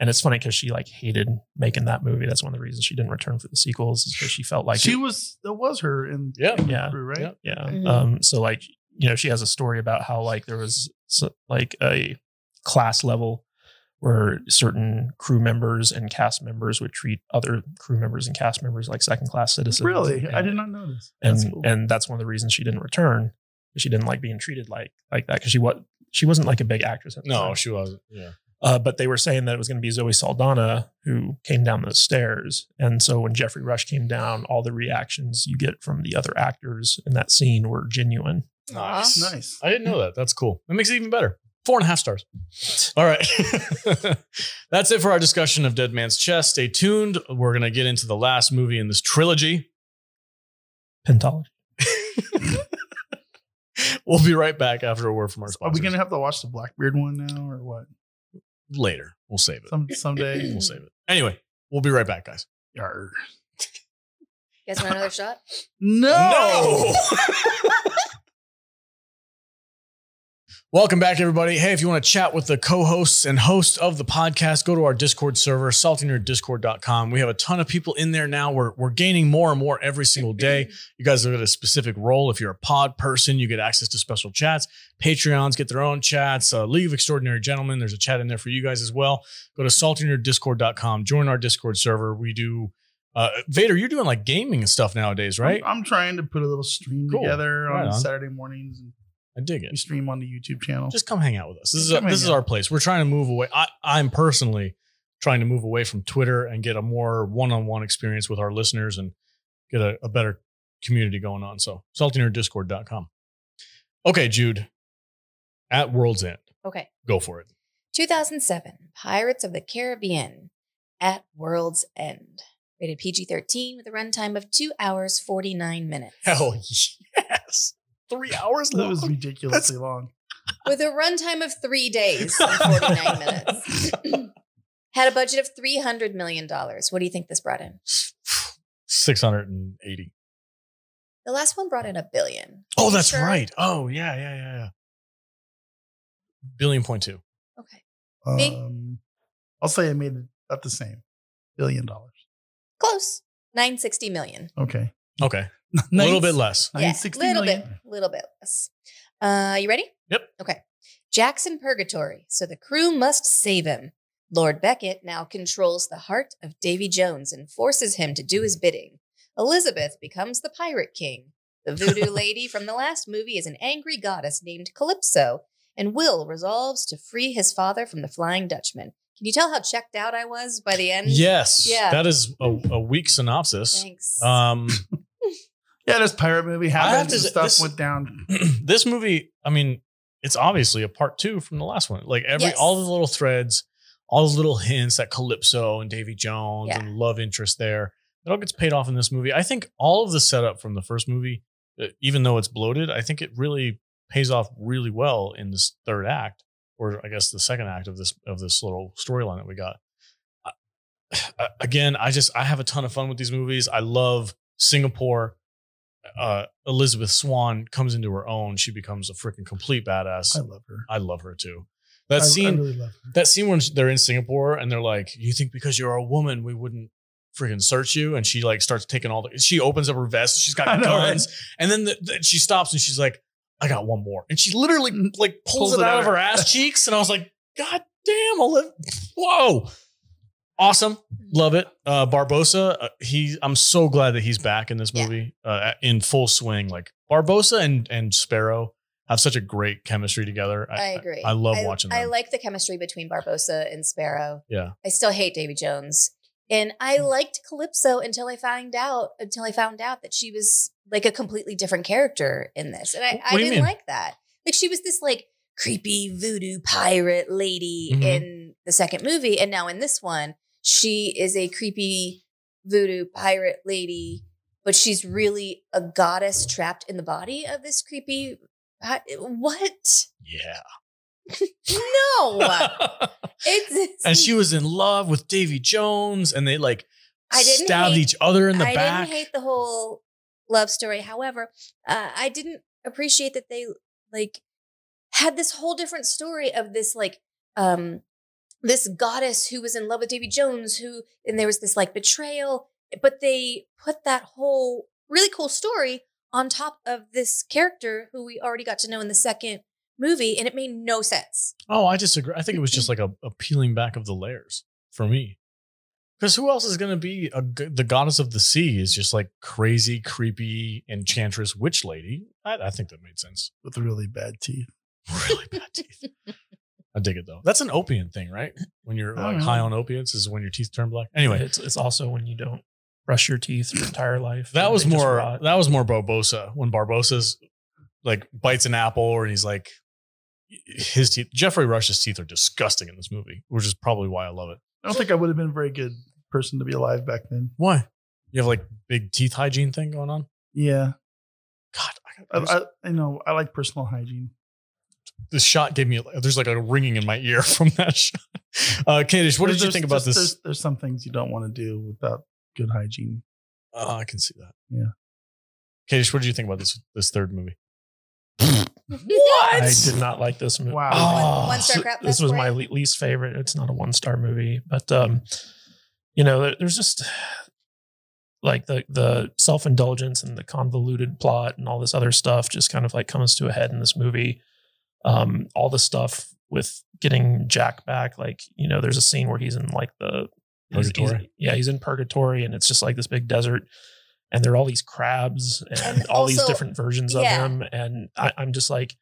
And it's funny because she like hated making that movie. That's one of the reasons she didn't return for the sequels is because she felt like
she
it-
was. That was her in.
Yeah.
in the
Yeah.
crew, right.
Yeah.
yeah.
Mhm.
Um, so like you know, she has a story about how like there was s- like a class level where certain crew members and cast members would treat other crew members and cast members like second class citizens.
Really,
And-
I did not know this.
and
That's cool.
and that's one of the reasons she didn't return. She didn't like being treated like like that because she was she wasn't like a big actress. At the
No,
time.
she wasn't. Yeah.
Uh, but they were saying that it was going to be Zoe Saldana who came down those stairs. And so when Jeffrey Rush came down, all the reactions you get from the other actors in that scene were genuine.
Nice.
nice.
I didn't know that. That's cool. That makes it even better. Four and a half stars. All right. That's it for our discussion of Dead Man's Chest. Stay tuned. We're going to get into the last movie in this trilogy.
Pentology.
We'll be right back after a word from our
Are we
sponsors.
gonna have to watch the Blackbeard one now, or what?
Later. We'll save it.
Some someday.
We'll save it. Anyway, we'll be right back, guys.
Yarr.
You guys want another shot?
No.
Welcome back, everybody. Hey, if you want to chat with the co-hosts and hosts of the podcast, go to our Discord server, saltinerdiscord.com. We have a ton of people in there now. We're, we're gaining more and more every single day. You guys are at a specific role. If you're a pod person, you get access to special chats. Patreons get their own chats. Uh, League of Extraordinary Gentlemen, there's a chat in there for you guys as well. Go to saltinerdiscord.com. Join our Discord server. We do... Uh, Vader, you're doing like gaming and stuff nowadays, right?
I'm, I'm trying to put a little stream
Cool.
together
Right
on,
on.
Saturday mornings, and
I dig it.
we stream on the YouTube channel.
just come hang out with us. This is
Come hang
this is
out.
our place. We're trying to move away. I, I'm personally trying to move away from Twitter and get a more one-on-one experience with our listeners and get a, a better community going on. So saltinerdiscord.com. Okay, Jude. At World's End,
Okay.
go for it.
2007, Pirates of the Caribbean at World's End. Rated PG 13 with a runtime of 2 hours 49 minutes.
Hell yes, three hours
That was
long.
ridiculously long.
With a runtime of three days and 49 minutes. Had a budget of $300 million. What do you think this brought in?
Six hundred and eighty.
The last one brought in a billion.
Oh, that's
Sure.
right. Oh yeah, yeah, yeah, yeah. Billion point two.
Okay. Me?
Um, I'll say I made it about the same, billion dollars.
Close. 960 million.
Okay,
Okay, a little bit less.
Yeah, little bit, little bit less. Uh, you ready?
Yep.
Okay. Jack's in purgatory, so the crew must save him. Lord Beckett now controls the heart of Davy Jones and forces him to do his bidding. Elizabeth becomes the pirate king. The voodoo lady from the last movie is an angry goddess named Calypso, and Will resolves to free his father from the Flying Dutchman. Can you tell how checked out I was by the end?
Yes.
Yeah.
That is a, a weak synopsis.
Thanks.
Um,
Yeah, this pirate movie
have
happened.
to
and
say-
stuff
this-
went down.
this movie, I mean, it's obviously a part two from the last one. Like every
Yes.
all the little threads, all the little hints that Calypso and Davy Jones
Yeah.
and love interest there, it all gets paid off in this movie. I think all of the setup from the first movie, uh, even though it's bloated, I think it really pays off really well in this third act, or I guess the second act of this of this little storyline that we got. I- again, I just I have a ton of fun with these movies. I love Singapore. Uh, Elizabeth Swan comes into her own. She becomes a freaking complete badass.
I love her.
I love her too. That
I, I
scene,
really love her.
that scene when they're in Singapore and they're like, "You think because you're a woman, we wouldn't freaking search you?" And she like starts taking all the. She opens up her vest. She's got
I know, right?
guns, and then the, the- she stops and she's like, "I got one more," and she literally
Mm,
like pulls,
Pulls
it,
it
out
out.
of her ass cheeks, and I was like, "God damn, Olive! Whoa!" Awesome,
Mm.
love it. Uh, Barbosa, uh, he. I'm so glad that he's back in this
Yeah.
movie uh, in full swing. Like Barbosa and and Sparrow have such a great chemistry together.
I agree.
I, love watching. Them.
I like the chemistry between Barbosa and Sparrow.
Yeah. Mm.
I still hate Davy Jones. And I liked Calypso until I found out until I found out that she was like a completely different character in this. And I,
Wh-
I
what do you mean?
didn't like that. Like she was this like creepy voodoo pirate lady
Mhm.
in the second movie. And now in this one, she is a creepy voodoo pirate lady, but she's really a goddess trapped in the body of this creepy pi- what?
yeah.
No. It's, it's-
and she was in love with Davy Jones, and they like
I didn't
stabbed
hate-
each other in the
I
back.
didn't hate the whole love story. However, uh, I didn't appreciate that they like had this whole different story of this like um this goddess who was in love with Davy Jones, who and there was this like betrayal, but they put that whole really cool story on top of this character who we already got to know in the second movie, and it made no sense.
Oh, I disagree. I think it was just like a, a peeling back of the layers for me. Because who else is going to be a, g- the goddess of the sea? Is just like crazy, creepy, enchantress witch lady. I, I think that made sense.
with really bad teeth.
Really bad teeth. I dig it though. That's an opium thing, right? When you're
I don't
like
know.
high
Uh-huh.
on opiates, is when your teeth turn black. Anyway,
it's, it's also when you don't brush your teeth your entire life.
that
and
was
they just
more.
rot.
That was more Barbosa when Barbosa's like bites an apple, and he's like, his teeth. Jeffrey Rush's teeth are disgusting in this movie, which is probably why I love it.
I don't think I would have been a very good person to be alive back then.
Why? You have like big teeth hygiene thing going on?
Yeah,
God, I,
I,
got-
I, I know. I like personal hygiene.
this shot gave me. There's like a ringing in my ear from that shot. Uh, Kadish, what did
There's-
you think about this?
there's- There's, there's some things you don't want to do without good hygiene.
Uh, I can see that.
Yeah.
Kadish, what did you think about this this third movie?
I did not like this movie.
Wow.
One- one star
so
crap
This
fest
was
for
my
you?
le- least favorite. It's not a one star movie, but um, you know, there, there's just like the the self indulgence and the convoluted plot and all this other stuff just kind of like comes to a head in this movie. Um, all the stuff with getting Jack back, like you know, there's a scene where he's in like the he's- he's-
Purgatory.
yeah, he's in purgatory, and it's just like this big desert. And there are all these crabs and,
And
all these
also-
different versions
yeah.
of him. And I, I'm just like,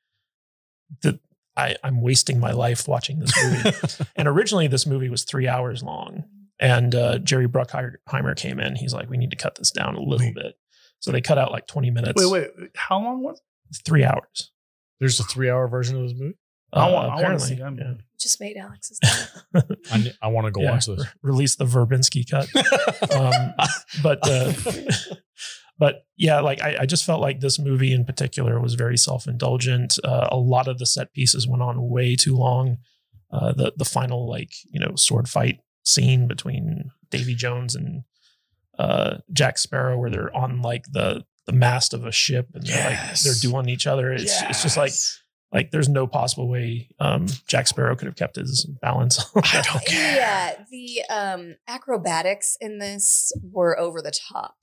the I, I'm wasting my life watching this movie. and originally, this movie was three hours long. And uh, Jerry Bruckheimer came in. He's like, we need to cut this down a little
Wait.
bit. So they cut out like 20 minutes.
Wait, wait, wait, how long was?
Three hours.
There's a three hour version of this movie.
I want,
uh,
I want to
apparently.
see that.
Yeah.
movie.
Just made Alex's day.
I, ne- I want to go
Yeah.
watch this.
Re- Release the Verbinski cut. um, but uh, but yeah, like I, I just felt like this movie in particular was very self indulgent. Uh, a lot of the set pieces went on way too long. Uh, the the final like you know sword fight scene between Davy Jones and uh, Jack Sparrow, where they're on like the the mast of a ship and they're like
Yes.
they're doing each other. It's it's just like like there's no possible way um, Jack Sparrow could have kept his balance. I don't
yeah, uh, the um, acrobatics in this were over the top.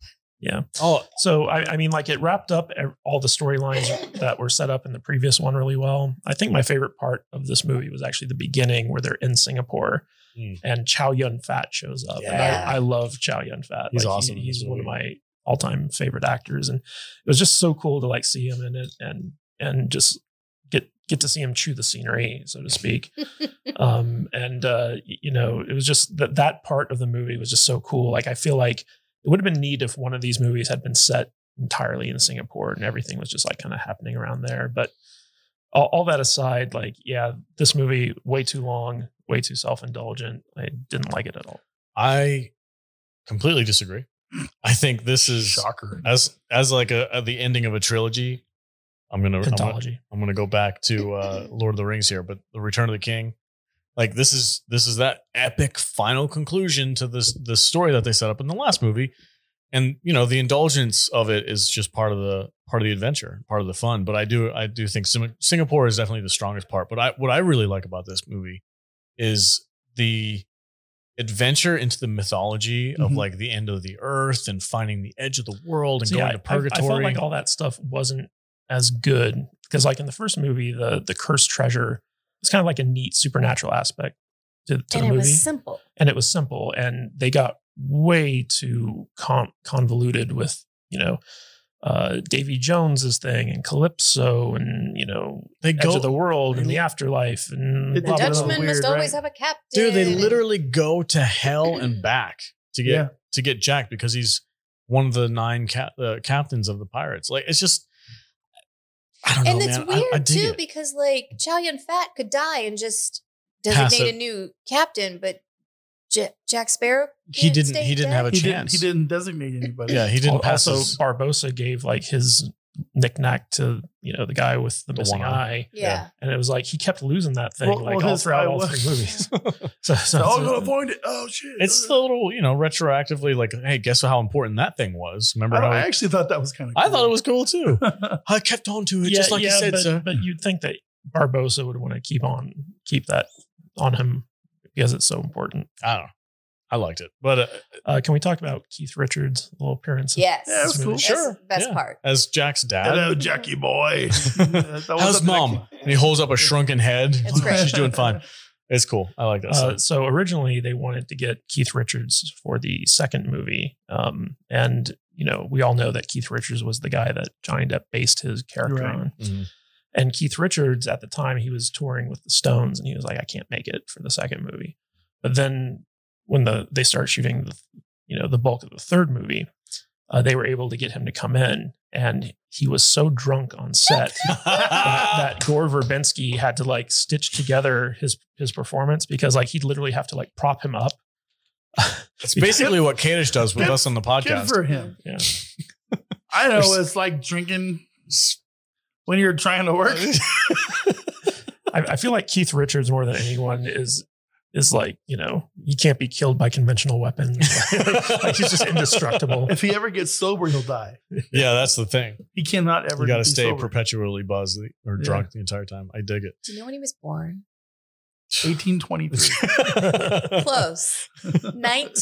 oh,
So I, I mean, like it wrapped up ev- all the storylines that were set up in the previous one really well. I think my favorite part of this movie was actually the beginning where they're in Singapore
Mm.
and Chow Yun Fat shows up. And
Yeah.
I, I love Chow Yun Fat.
He's
Like,
awesome in
he's
this
one of
movie.
my all-time favorite actors, and it was just so cool to like see him in it and and just get get to see him chew the scenery, so to speak. um, and uh, y- you know, it was just that that part of the movie was just so cool. Like I feel like it would have been neat if one of these movies had been set entirely in Singapore and everything was just like kind of happening around there. But all, all that aside, like, yeah, this movie way too long, way too self indulgent. I didn't like it at all.
I completely disagree. I think this is
shocker.
as as like a, a- the ending of a trilogy. I'm gonna, I'm gonna
Pentology.
I'm gonna go back to uh, Lord of the Rings here, but the Return of the King. Like this is this is that epic final conclusion to this this story that they set up in the last movie, and you know the indulgence of it is just part of the part of the adventure, part of the fun. But I do I do think Sing- Singapore is definitely the strongest part. But I what I really like about this movie is the adventure into the mythology of
Mm-hmm.
Mhm.
like the end of the earth and finding the edge of the world and
So,
going to
yeah, I- I-
purgatory.
I, felt like all that stuff wasn't as good because, like, in the first movie, the the cursed treasure was kind of like a neat supernatural aspect to,
and
to the
it
movie.
was simple.
and it was simple and they got way too con- convoluted with you know uh davy jones's thing and calypso and you know
they
edge of the world and the afterlife and
It
blah,
The
did
blah,
look
blah.
Dutchman
weird,
must always
right?
have a captain.
dude they literally go to hell and back to get
Yeah.
to get jack because he's one of the nine cap- uh, captains of the pirates like it's just i don't
And
know
it's
Oh, man
weird
I, I dig
too
it.
because like Chow Yun Fat could die and just
Pass
designate
it.
a new captain, but J- Jack Sparrow
he
can't
didn't
stay
he didn't have a
dead?
He didn't.
chance
He didn't designate anybody.
yeah he didn't pass
also
his,
barbosa gave like his knickknack to you know the guy with the,
The
missing
one eye.
eye
Yeah.
and it was like he kept losing that thing
Well-
like
well,
all
his
throughout
eye
all
was-
three movies so, so-
Oh, I'm
so-
gonna find it. Oh shit!
it's the little you know retroactively like hey guess how important that thing was remember
I,
how
I
I,
actually thought that was kind of.
I thought it was cool too
was.
i kept on to it just like you said
but,
sir
but you'd think that Barbosa would want to keep on keep that on him because it's so important.
i don't know I liked it. But uh,
Uh, can we talk about Keith Richards' little appearance?
Yes.
Yeah, that's cool.
That's
Sure.
the best
Yeah.
part.
as Jack's dad,
Hello, Jackie boy. uh, That was
how's
up next.
mom? And he holds up a shrunken head.
It's great.
She's doing fine. It's cool. I like that.
Uh,
scene.
so originally they wanted to get Keith Richards for the second movie, um, and you know we all know that Keith Richards was the guy that Johnny Depp based his character
Right.
on.
Mhm.
And Keith Richards at the time he was touring with the Stones, and he was like, I can't make it for the second movie. But then when the they start shooting the you know the bulk of the third movie, uh, they were able to get him to come in, and he was so drunk on set that,
Ah.
that Gore Verbinski had to like stitch together his his performance because like he'd literally have to like prop him up.
It's basically what Kadish does with
Good-
us on the
Good
podcast.
for him.
Yeah.
I know it's like drinking when you're trying to work.
I, I feel like Keith Richards more than anyone is is like you know you can't be killed by conventional weapons. like he's just indestructible.
if he ever gets sober, he'll die.
yeah, that's the thing.
He cannot ever.
You got to
be
stay
sober.
perpetually buzzed or
Yeah.
drunk the entire time. I dig
Do you know when he was born?
1823.
it.
Close.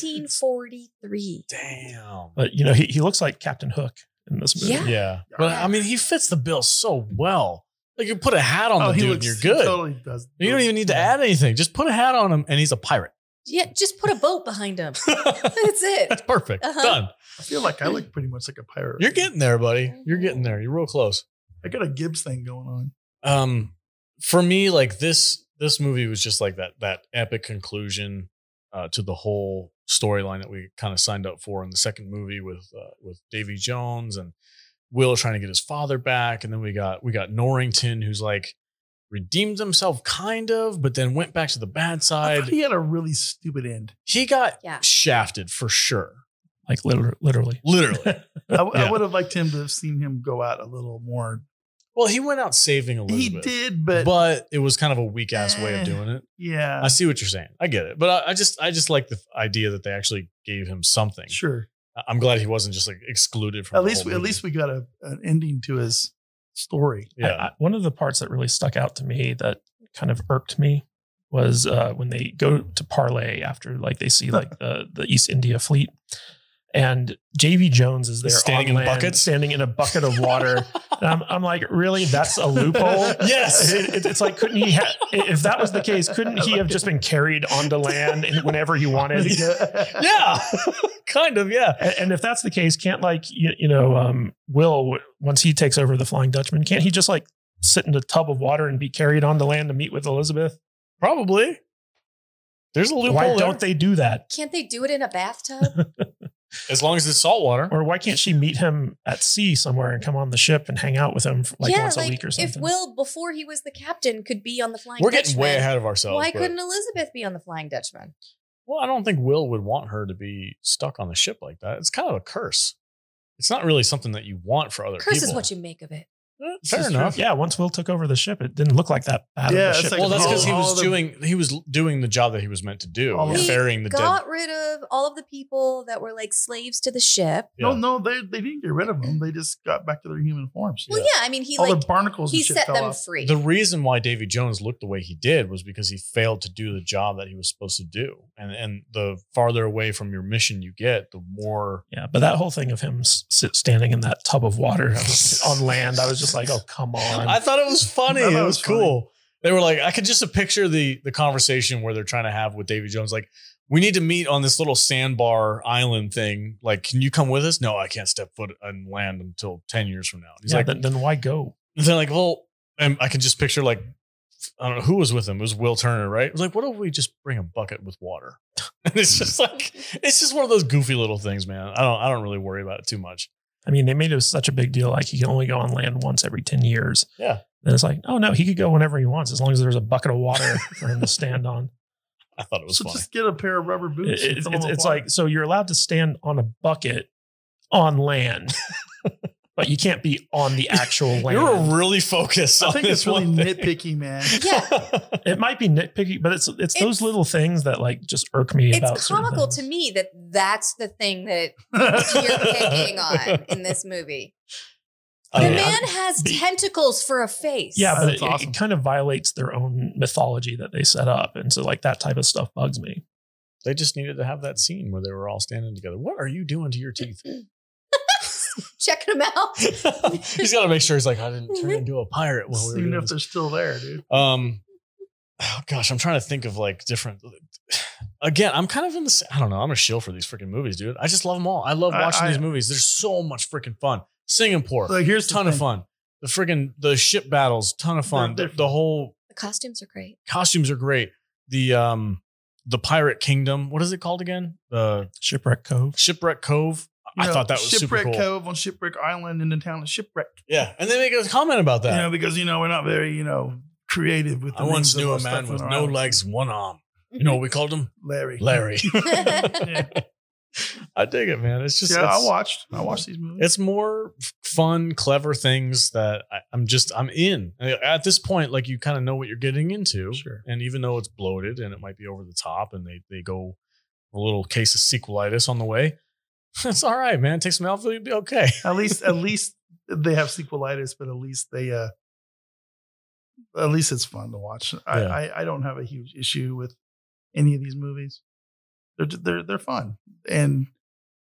1943.
Damn.
But you know he he looks like Captain Hook in this movie.
Yeah.
Yeah. But I mean, he fits the bill so well. Like you put a hat on
Oh,
the
he
dude
looks-
and
he
you're good.
Totally does.
You don't even need to add anything. Just put a hat on him and he's a pirate.
Yeah, just put a boat behind him.
That's
That's it.
perfect.
Uh-huh.
Done.
I feel like I look pretty much like a pirate.
You're getting there, buddy. You're getting there. You're real close.
I got a Gibbs thing going on.
um for me like this this movie was just like that that epic conclusion uh to the whole storyline that we kind of signed up for in the second movie with uh, with Davy Jones and Will trying to get his father back and then we got we got Norrington who's like redeemed himself kind of but then went back to the bad
I
side
thought he had a really stupid end.
he got
Yeah.
shafted for sure
Like literally, literally.
literally
I, w- I
Yeah.
would have liked him to have seen him go out a little more.
well he went out saving
He
Elizabeth
did,
but,
but,
it was kind of a weak ass way of doing it
yeah,
I see what you're saying. I get it, but I, I just I just like the idea that they actually gave him something.
sure.
I- I'm glad he wasn't just like excluded from
At
the
least
whole
we, at
movie.
least we got a, an ending to his story.
yeah.
I, I, one of the parts that really stuck out to me that kind of irked me was uh, when they go to parlay after like they see like the the East India Fleet, and JV Jones is there
Standing
on
in
land,
buckets?
standing in a bucket of water. and I'm, I'm like, really? That's a loophole.
Yes.
It- it- it's like couldn't he? Ha- if that was the case, couldn't he have just been carried onto land and whenever he wanted?
yeah.
yeah, kind of. Yeah,
And, and if that's the case, can't like you, you know um, Will w- once he takes over the Flying Dutchman, can't he just like sit in a tub of water and be carried on the land to meet with Elizabeth?
probably. There's a loophole.
Why
there.
don't they do that?
Can't they do it in a bathtub?
As long as it's salt water.
Or why can't she meet him at sea somewhere and come on the ship and hang out with him for, like
yeah,
once
like
a week or
if
something?
Will, before he was the captain, could be on the Flying
We're getting
Dutchman,
way ahead of ourselves.
why
but-
couldn't Elizabeth be on the Flying Dutchman?
Well, I don't think Will would want her to be stuck on the ship like that. It's kind of a curse. It's not really something that you want for other
Curse
people.
is what you make of it.
Eh,
This
Fair
is
enough.
yeah, once Will took over the ship, it didn't look like that bad
Yeah,
of
it's
a ship.
like
Well, that's because he
all
was
the-
doing he was doing the job that he was meant to do,
All of
He
ferrying the dead
Got rid of all of the people that were like slaves to the ship.
Yeah.
No, no, they, they didn't get rid of him. They just got back to their human forms.
Well, yeah, I mean, he
All
like
the barnacles
he
and shit
set
fell
them
off.
free.
The reason why Davy Jones looked the way he did was because he failed to do the job that he was supposed to do. And and the farther away from your mission you get, the more
yeah, but that whole thing of him s- sit standing in that tub of water I was- on land, I was just like, oh come on.
I thought it was funny.
I thought
It
it
was
was funny.
cool. They were like, I could just picture the the conversation where they're trying to have with Davy Jones, like, we need to meet on this little sandbar island thing. Like, can you come with us? No, I can't step foot on land until 10 years from now. He's
yeah,
like,
then, then why go?
they're like, well, and I can just picture like, I don't know who was with him. It was Will Turner, right? It was like, what if we just bring a bucket with water? And it's just like, it's just one of those goofy little things, man. I don't, I don't really worry about it too much.
I mean, they made it such a big deal. Like he can only go on land once every 10 years.
Yeah.
Then it's like, oh no, he could go whenever he wants, as long as there's a bucket of water for him to stand on.
I thought it was
So
funny.
just get a pair of rubber boots.
It-
and
it's
fill them
it's,
with
it's
water.
like, so you're allowed to stand on a bucket on land, but you can't be on the actual land.
You're really focused.
I
on
think
this
it's really
one thing.
nitpicky, man.
Yeah.
it might be nitpicky, but it's, it's
It's-
those little things that like just irk me about
it's
certain
comical
things.
to me that that's the thing that you're picking on in this movie.
Oh,
The
Oh, Yeah.
man has tentacles for a face.
Yeah, but
That's
it, it-
awesome.
it kind of violates their own mythology that they set up, and so like that type of stuff bugs me.
They just needed to have that scene where they were all standing together. What are you doing to your teeth?
Checking them out.
he's got to make sure he's like, I didn't
Mhm.
turn into a pirate while we were
Even
doing
if they're
this.
still there, dude.
Um, oh gosh, I'm trying to think of like different. Again, I'm kind of in the. s- I don't know. I'm a shill for these freaking movies, dude. I just love them all. I love
I-
watching
I-
these movies. They're so much freaking fun. Singapore,
Like here's the
ton of
thing.
fun. The freaking the ship battles, ton of fun.
They're
The, the whole
The costumes are great.
costumes are great. The um the pirate kingdom. What is it called again? The
Shipwreck Cove.
shipwreck cove. I
You know,
thought that was super
Shipwreck
cool.
Cove on Shipwreck Island in the town of Shipwreck.
Yeah, and they make a comment about that.
You know, because you know we're not very you know creative with. The
I once
names of
knew
our
a
stuff
man
on
with
our
no
island.
legs, one arm. You know what we called him?
Larry.
Larry.
yeah,
I dig it, man. It's just
yeah I
it's,
watched. I watched these movies.
it's more f- fun, clever things that I, I'm just I'm in. I- At this point, like you kind of know what you're getting into,
Sure.
and even though it's bloated and it might be over the top, and they they go a little case of sequelitis on the way. It's all right, man. Take some Advil, you'll be okay.
at least, at least they have sequelitis, but at least they. uh At least it's fun to watch. I,
Yeah.
I, I don't have a huge issue with any of these movies. They're they're they're fun and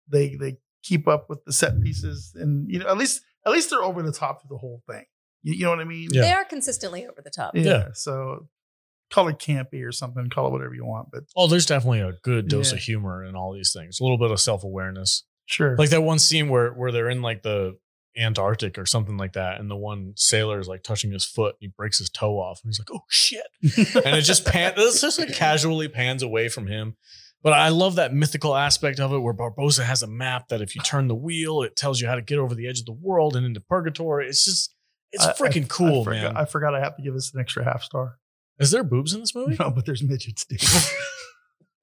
they they keep up with the set pieces and you know at least at least they're over the top for the whole thing. You, you know what I mean?
Yeah.
They are consistently over the top.
Yeah.
Yeah.
So call it campy or something, call it whatever you want, but
Oh, there's definitely a good dose
Yeah.
of humor in all these things. A little bit of self awareness.
sure.
like that one scene where where they're in like the Antarctic or something like that, and the one sailor is like touching his foot, and he breaks his toe off, and he's like, "Oh shit!" And it just pan, it's just like casually pans away from him. But I love that mythical aspect of it, where Barbosa has a map that if you turn the wheel, it tells you how to get over the edge of the world and into purgatory. It's just, it's
I- I-
freaking cool,
I forgot,
man.
I forgot I have to give us an extra half star.
Is there boobs in this movie?
No, but there's midgets, dude.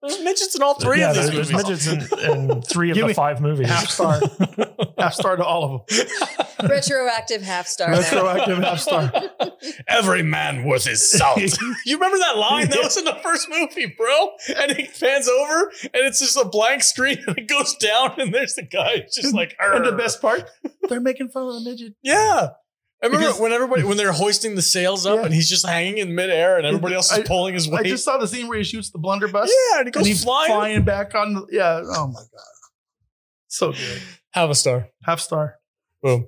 There's midgets in all three
yeah,
of these
there's, there's
movies.
midgets in, in three of
Give
the
me
five movies.
half star, half star to all of them.
Retroactive half star.
Retroactive half star.
Every man worth his salt. you remember that line? That was in the first movie, bro. And he pans over and it's just a blank screen and it goes down and there's the guy just like,
And the
"Arr."
best part, they're making fun of the midget.
Yeah. I remember
Because-
when everybody when they're hoisting the sails up
Yeah.
and he's just hanging in midair and everybody else is
I-
pulling his
I
weight.
just saw the scene where he shoots the blunderbuss.
yeah, and he goes
and he's
flying.
flying. back on. The, yeah. Oh my god. So good.
Have a star.
Half star.
Boom.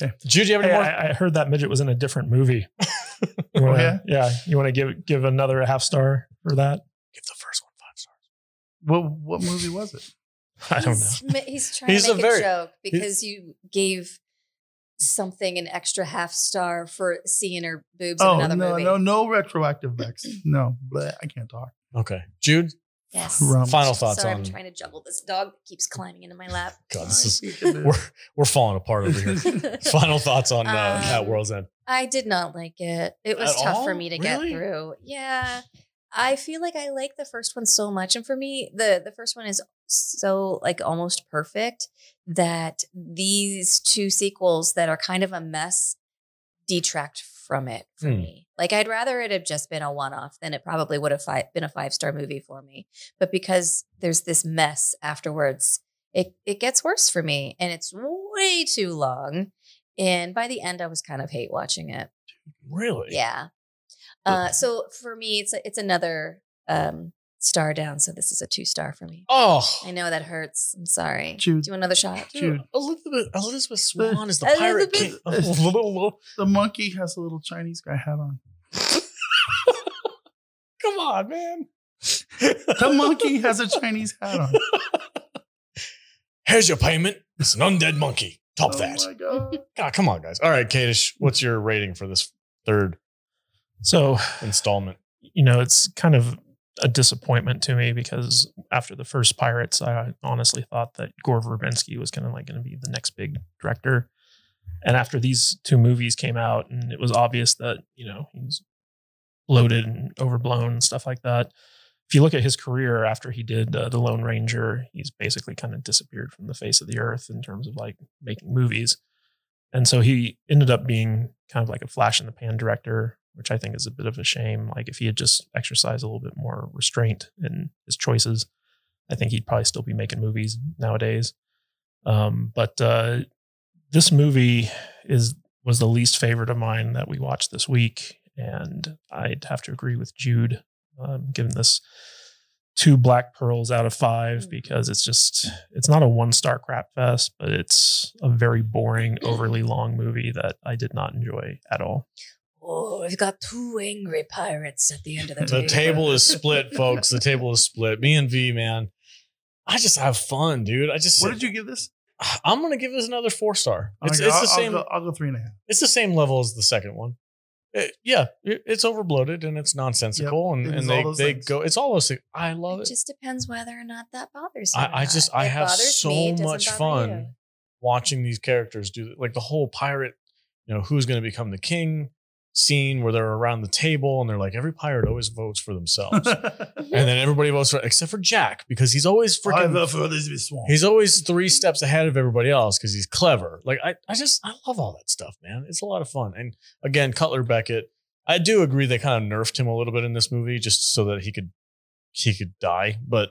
Okay.
Jude, do you have any
Hey,
more?
I, I heard that midget was in a different movie. You
Oh,
wanna-
yeah?
You want to give give another half star for that?
Give the first one five stars.
What what movie was it?
I don't know.
he's, ma- he's trying
He's a
to make a,
very-
joke because you gave something an extra half star for seeing her boobs in
Oh
another
no
movie.
no no retroactive Bex. No, bleh, I can't talk.
Okay. Jude,
Yes.
Rumbles.
final thoughts
Sorry,
on
I'm trying to juggle this dog that keeps climbing into my lap.
God, this is we're
We're-
we're falling apart over here. Final thoughts on uh,
Um,
at World's End.
I did not like it. It was
At
tough
all?
for me to
Really?
get through. Yeah. I feel like I like the first one so much. And for me, the the first one is so like almost perfect that these two sequels that are kind of a mess detract from it for
Hmm.
me. Like I'd rather it have just been a one-off than it probably would have fi- been a five-star movie for me. But because there's this mess afterwards, it it gets worse for me and it's way too long. And by the end I was kind of hate watching it.
Really?
Yeah. Uh, so for me, it's it's another um, star down. So this is a two star for me.
Oh,
I know that hurts. I'm sorry.
Jude.
Do
Uh,
another shot.
Dude.
Elizabeth Elizabeth Swan
Swann
is the
the
pirate
pirate
king.
Elizabeth-
Come
the monkey has a little Chinese guy hat on.
on, man.
The monkey has a Chinese hat on.
Here's your payment. It's an undead monkey. Top
oh
that.
my god.
God, Ah, come on, guys. All right, Kadish, what's your rating for this third
So
installment?
you know, it's kind of a disappointment to me because after the first Pirates, I honestly thought that Gore Verbinski was kind of like going to be the next big director. And after these two movies came out, and it was obvious that you know he's bloated and overblown and stuff like that. If you look at his career after he did uh, The Lone Ranger, he's basically kind of disappeared from the face of the earth in terms of like making movies. And so he ended up being kind of like a flash in the pan director, which I think is a bit of a shame. Like if he had just exercised a little bit more restraint in his choices, I think he'd probably still be making movies nowadays. Um, but uh, this movie is was the least favorite of mine that we watched this week, and I'd have to agree with Jude, um, giving this two black pearls out of five
Mm.
because it's just it's not a one star crap fest, but it's a very boring, overly long movie that I did not enjoy at all.
Oh, we've got two angry pirates at the end of the table.
The table is split, folks. The table is split. Me and V, man. I just have fun, dude. I just
What did you give this?
I'm gonna give this another four star. It's,
Okay,
it's
Oh I'll,
the
I'll
same.
go- I'll go three and a half.
It's the same level as the second one. It- yeah, it- it's overbloated and it's nonsensical,
it
and,
is
and
all
they
those
they
things.
go. It's all those things. I love
It
it.
just depends whether or not that bothers you. or
I, I just
not.
I
It
have
bothers
so
me, it doesn't
much
bother
fun
you.
watching these characters do like the whole pirate. You know who's going to become the king scene where they're around the table and they're like every pirate always votes for themselves, and then everybody votes for except for Jack because he's always
I
freaking
vote for Elizabeth Swan.
He's always three steps ahead of everybody else because he's clever. Like I, I just I love all that stuff, man. It's a lot of fun. And again, Cutler Beckett, I do agree they kind of nerfed him a little bit in this movie just so that he could he could die, but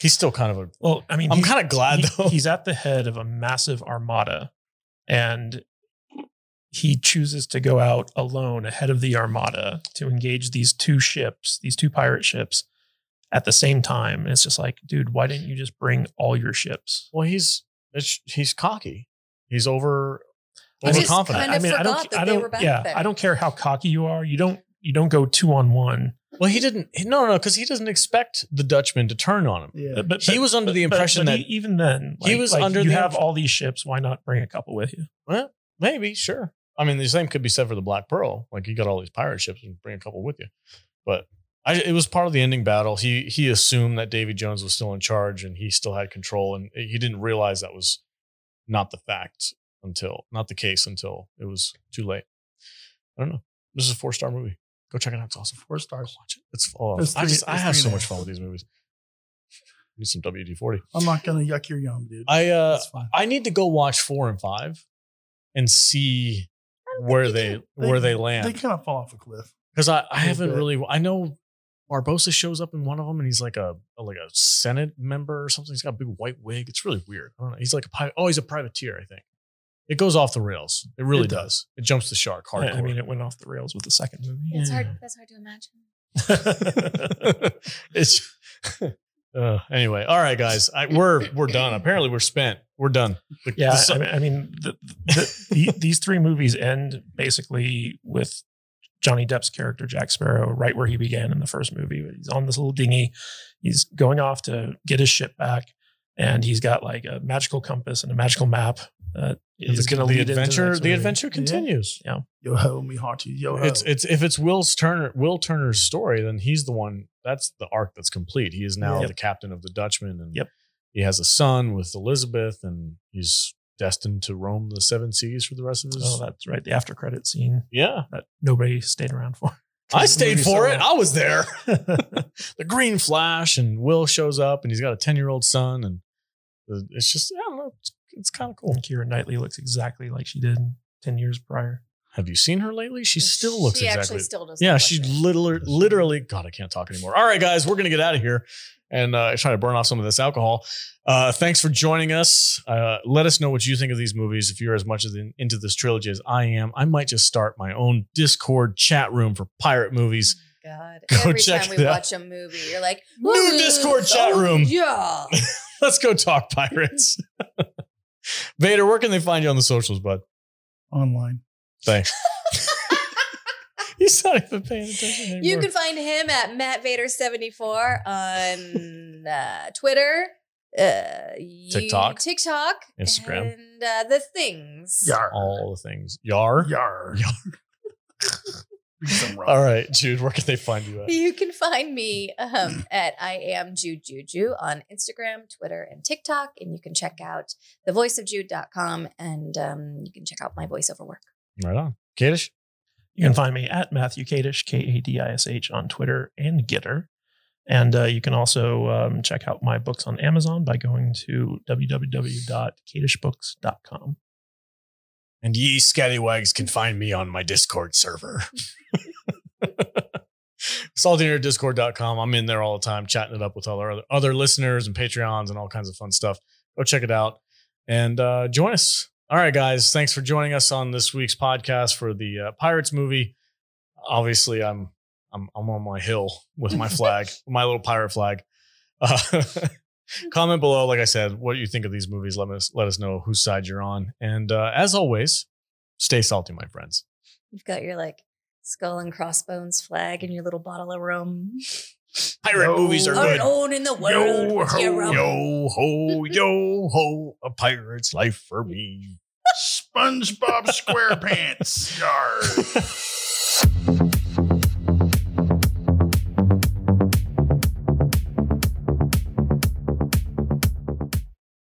he's still kind of a.
Well, I mean,
I'm
he's-
kind of glad
he-
though.
He's at the head of a massive armada and he chooses to go out alone ahead of the armada to engage these two ships, these two pirate ships at the same time. And it's just like, dude, why didn't you just bring all your ships?
well, he's it's, he's cocky. He's over
I just
overconfident.
kind of
I
forgot
don't,
that
I
they
don't,
were back
yeah,
then.
I don't care how cocky you are. You don't, you don't go two on one.
well, he didn't. he- No, no, because he doesn't expect the Dutchman to turn on him.
yeah.
But, but-
He was under
but-
the
but-
impression
but
that-
e- even then,
He was under
you
the
have
imp-
all these ships. Why not bring a couple with you?
Well, maybe, sure. I mean, the same could be said for the Black Pearl. Like you got all these pirate ships and bring a couple with you. But I, it was part of the ending battle. He he assumed that Davy Jones was still in charge and he still had control, and he didn't realize that was not the fact until not the case until it was too late. I don't know. This is a four star movie. Go check it out. It's awesome.
Four stars.
Watch it. It's oh,
It's
I
three-
just I
it's
have
three
so
and a
much
half.
fun with these movies. Need some WD forty.
I'm not gonna yuck your yum, dude.
I uh
That's fine.
I need to go watch four and five and see
I don't think
where
you
they,
do.
where they
They
land
kind of fall off a cliff.
because I, I
little
haven't
bit.
really I know Barbosa shows up in one of them and he's like a like a Senate member or something. He's got a big white wig. It's really weird. I don't know. He's like a pi- oh he's a privateer I think. It goes off the rails. It really
It
does.
does.
It jumps the shark hardcore.
I mean, it went off the rails with the second movie.
It's hard. That's hard to imagine.
it's uh, anyway. All right, guys, I, we're we're done. Apparently, we're spent. We're done. The-
Yeah,
the su-
I mean, I mean the, the, the, these three movies end basically with Johnny Depp's character Jack Sparrow right where he began in the first movie. He's on this little dinghy. He's going off to get his ship back, and he's got like a magical compass and a magical map. Uh, is
the,
going to
the
lead into
adventure.
next
the
movie.
adventure continues.
Yo ho, me hearty. Yo ho.
It's it's if it's Will's Turner Will Turner's story, then he's the one. That's the arc that's complete. He is now
Yep.
the captain of the Dutchman, and
Yep.
he has a son with Elizabeth, and he's destined to roam the seven seas for the rest of his.
Oh, that's right. The after credit scene
yeah,
that nobody stayed around for.
I stayed
Movie's
for
so
it. I was there. the Green Flash and Will shows up, and he's got a ten year old son, and the- it's just I don't know. It's, it's kind of cool.
And Keira Knightley looks exactly like she did ten years prior.
Have you seen her lately? She still looks
She
exactly
actually still doesn't.
Yeah,
look
she
it.
literally, literally, God, I can't talk anymore. All right, guys, we're going to get out of here and uh, try to burn off some of this alcohol. Uh, thanks for joining us. Uh, let us know what you think of these movies. If you're as much as in, into this trilogy as I am, I might just start my own Discord chat room for pirate movies.
Oh God.
Go
Every
check
time we
it out.
watch a movie, you're like,
New
"Ooh,
Discord chat
oh,
room."
Yeah.
Let's go talk pirates. Vader, where can they find you on the socials, bud?
online.
Thanks. He's not even paying attention anymore.
You can find him at Matt Vader 74 on uh, Twitter, uh, you-
TikTok.
TikTok,
Instagram.
and uh, the things.
Yar.
all the things. Yar.
Yar.
Yar.
Something wrong.
All right, Jude, where can they find you at?
You can find me um, at I am Jude Juju on Instagram, Twitter, and TikTok. And you can check out thevoiceofjude.com and um, you can check out my voiceover work.
Right on. Kadish?
You can find me at Matthew Kadish, K A D I S H, on Twitter and Gitter. And uh, you can also um, check out my books on Amazon by going to www.kadishbooks.com.
And ye scallywags can find me on my Discord server. saltynerdiscord.com. I'm in there all the time, chatting it up with all our other, other listeners and Patreons and all kinds of fun stuff. Go check it out and uh, join us. All right, guys. Thanks for joining us on this week's podcast for the uh, Pirates movie. Obviously, I'm I'm I'm on my hill with my flag, my little pirate flag. Uh, comment below, like I said, what you think of these movies. Let us let us know whose side you're on. And uh, as always, stay salty, my friends.
You've got your like skull and crossbones flag and your little bottle of rum.
Pirate
Yo.
movies are
All right,
good.
Alone in the world
Yo
with your
ho,
rum.
yo ho, yo ho, a pirate's life for me.
SpongeBob SquarePants. Yar.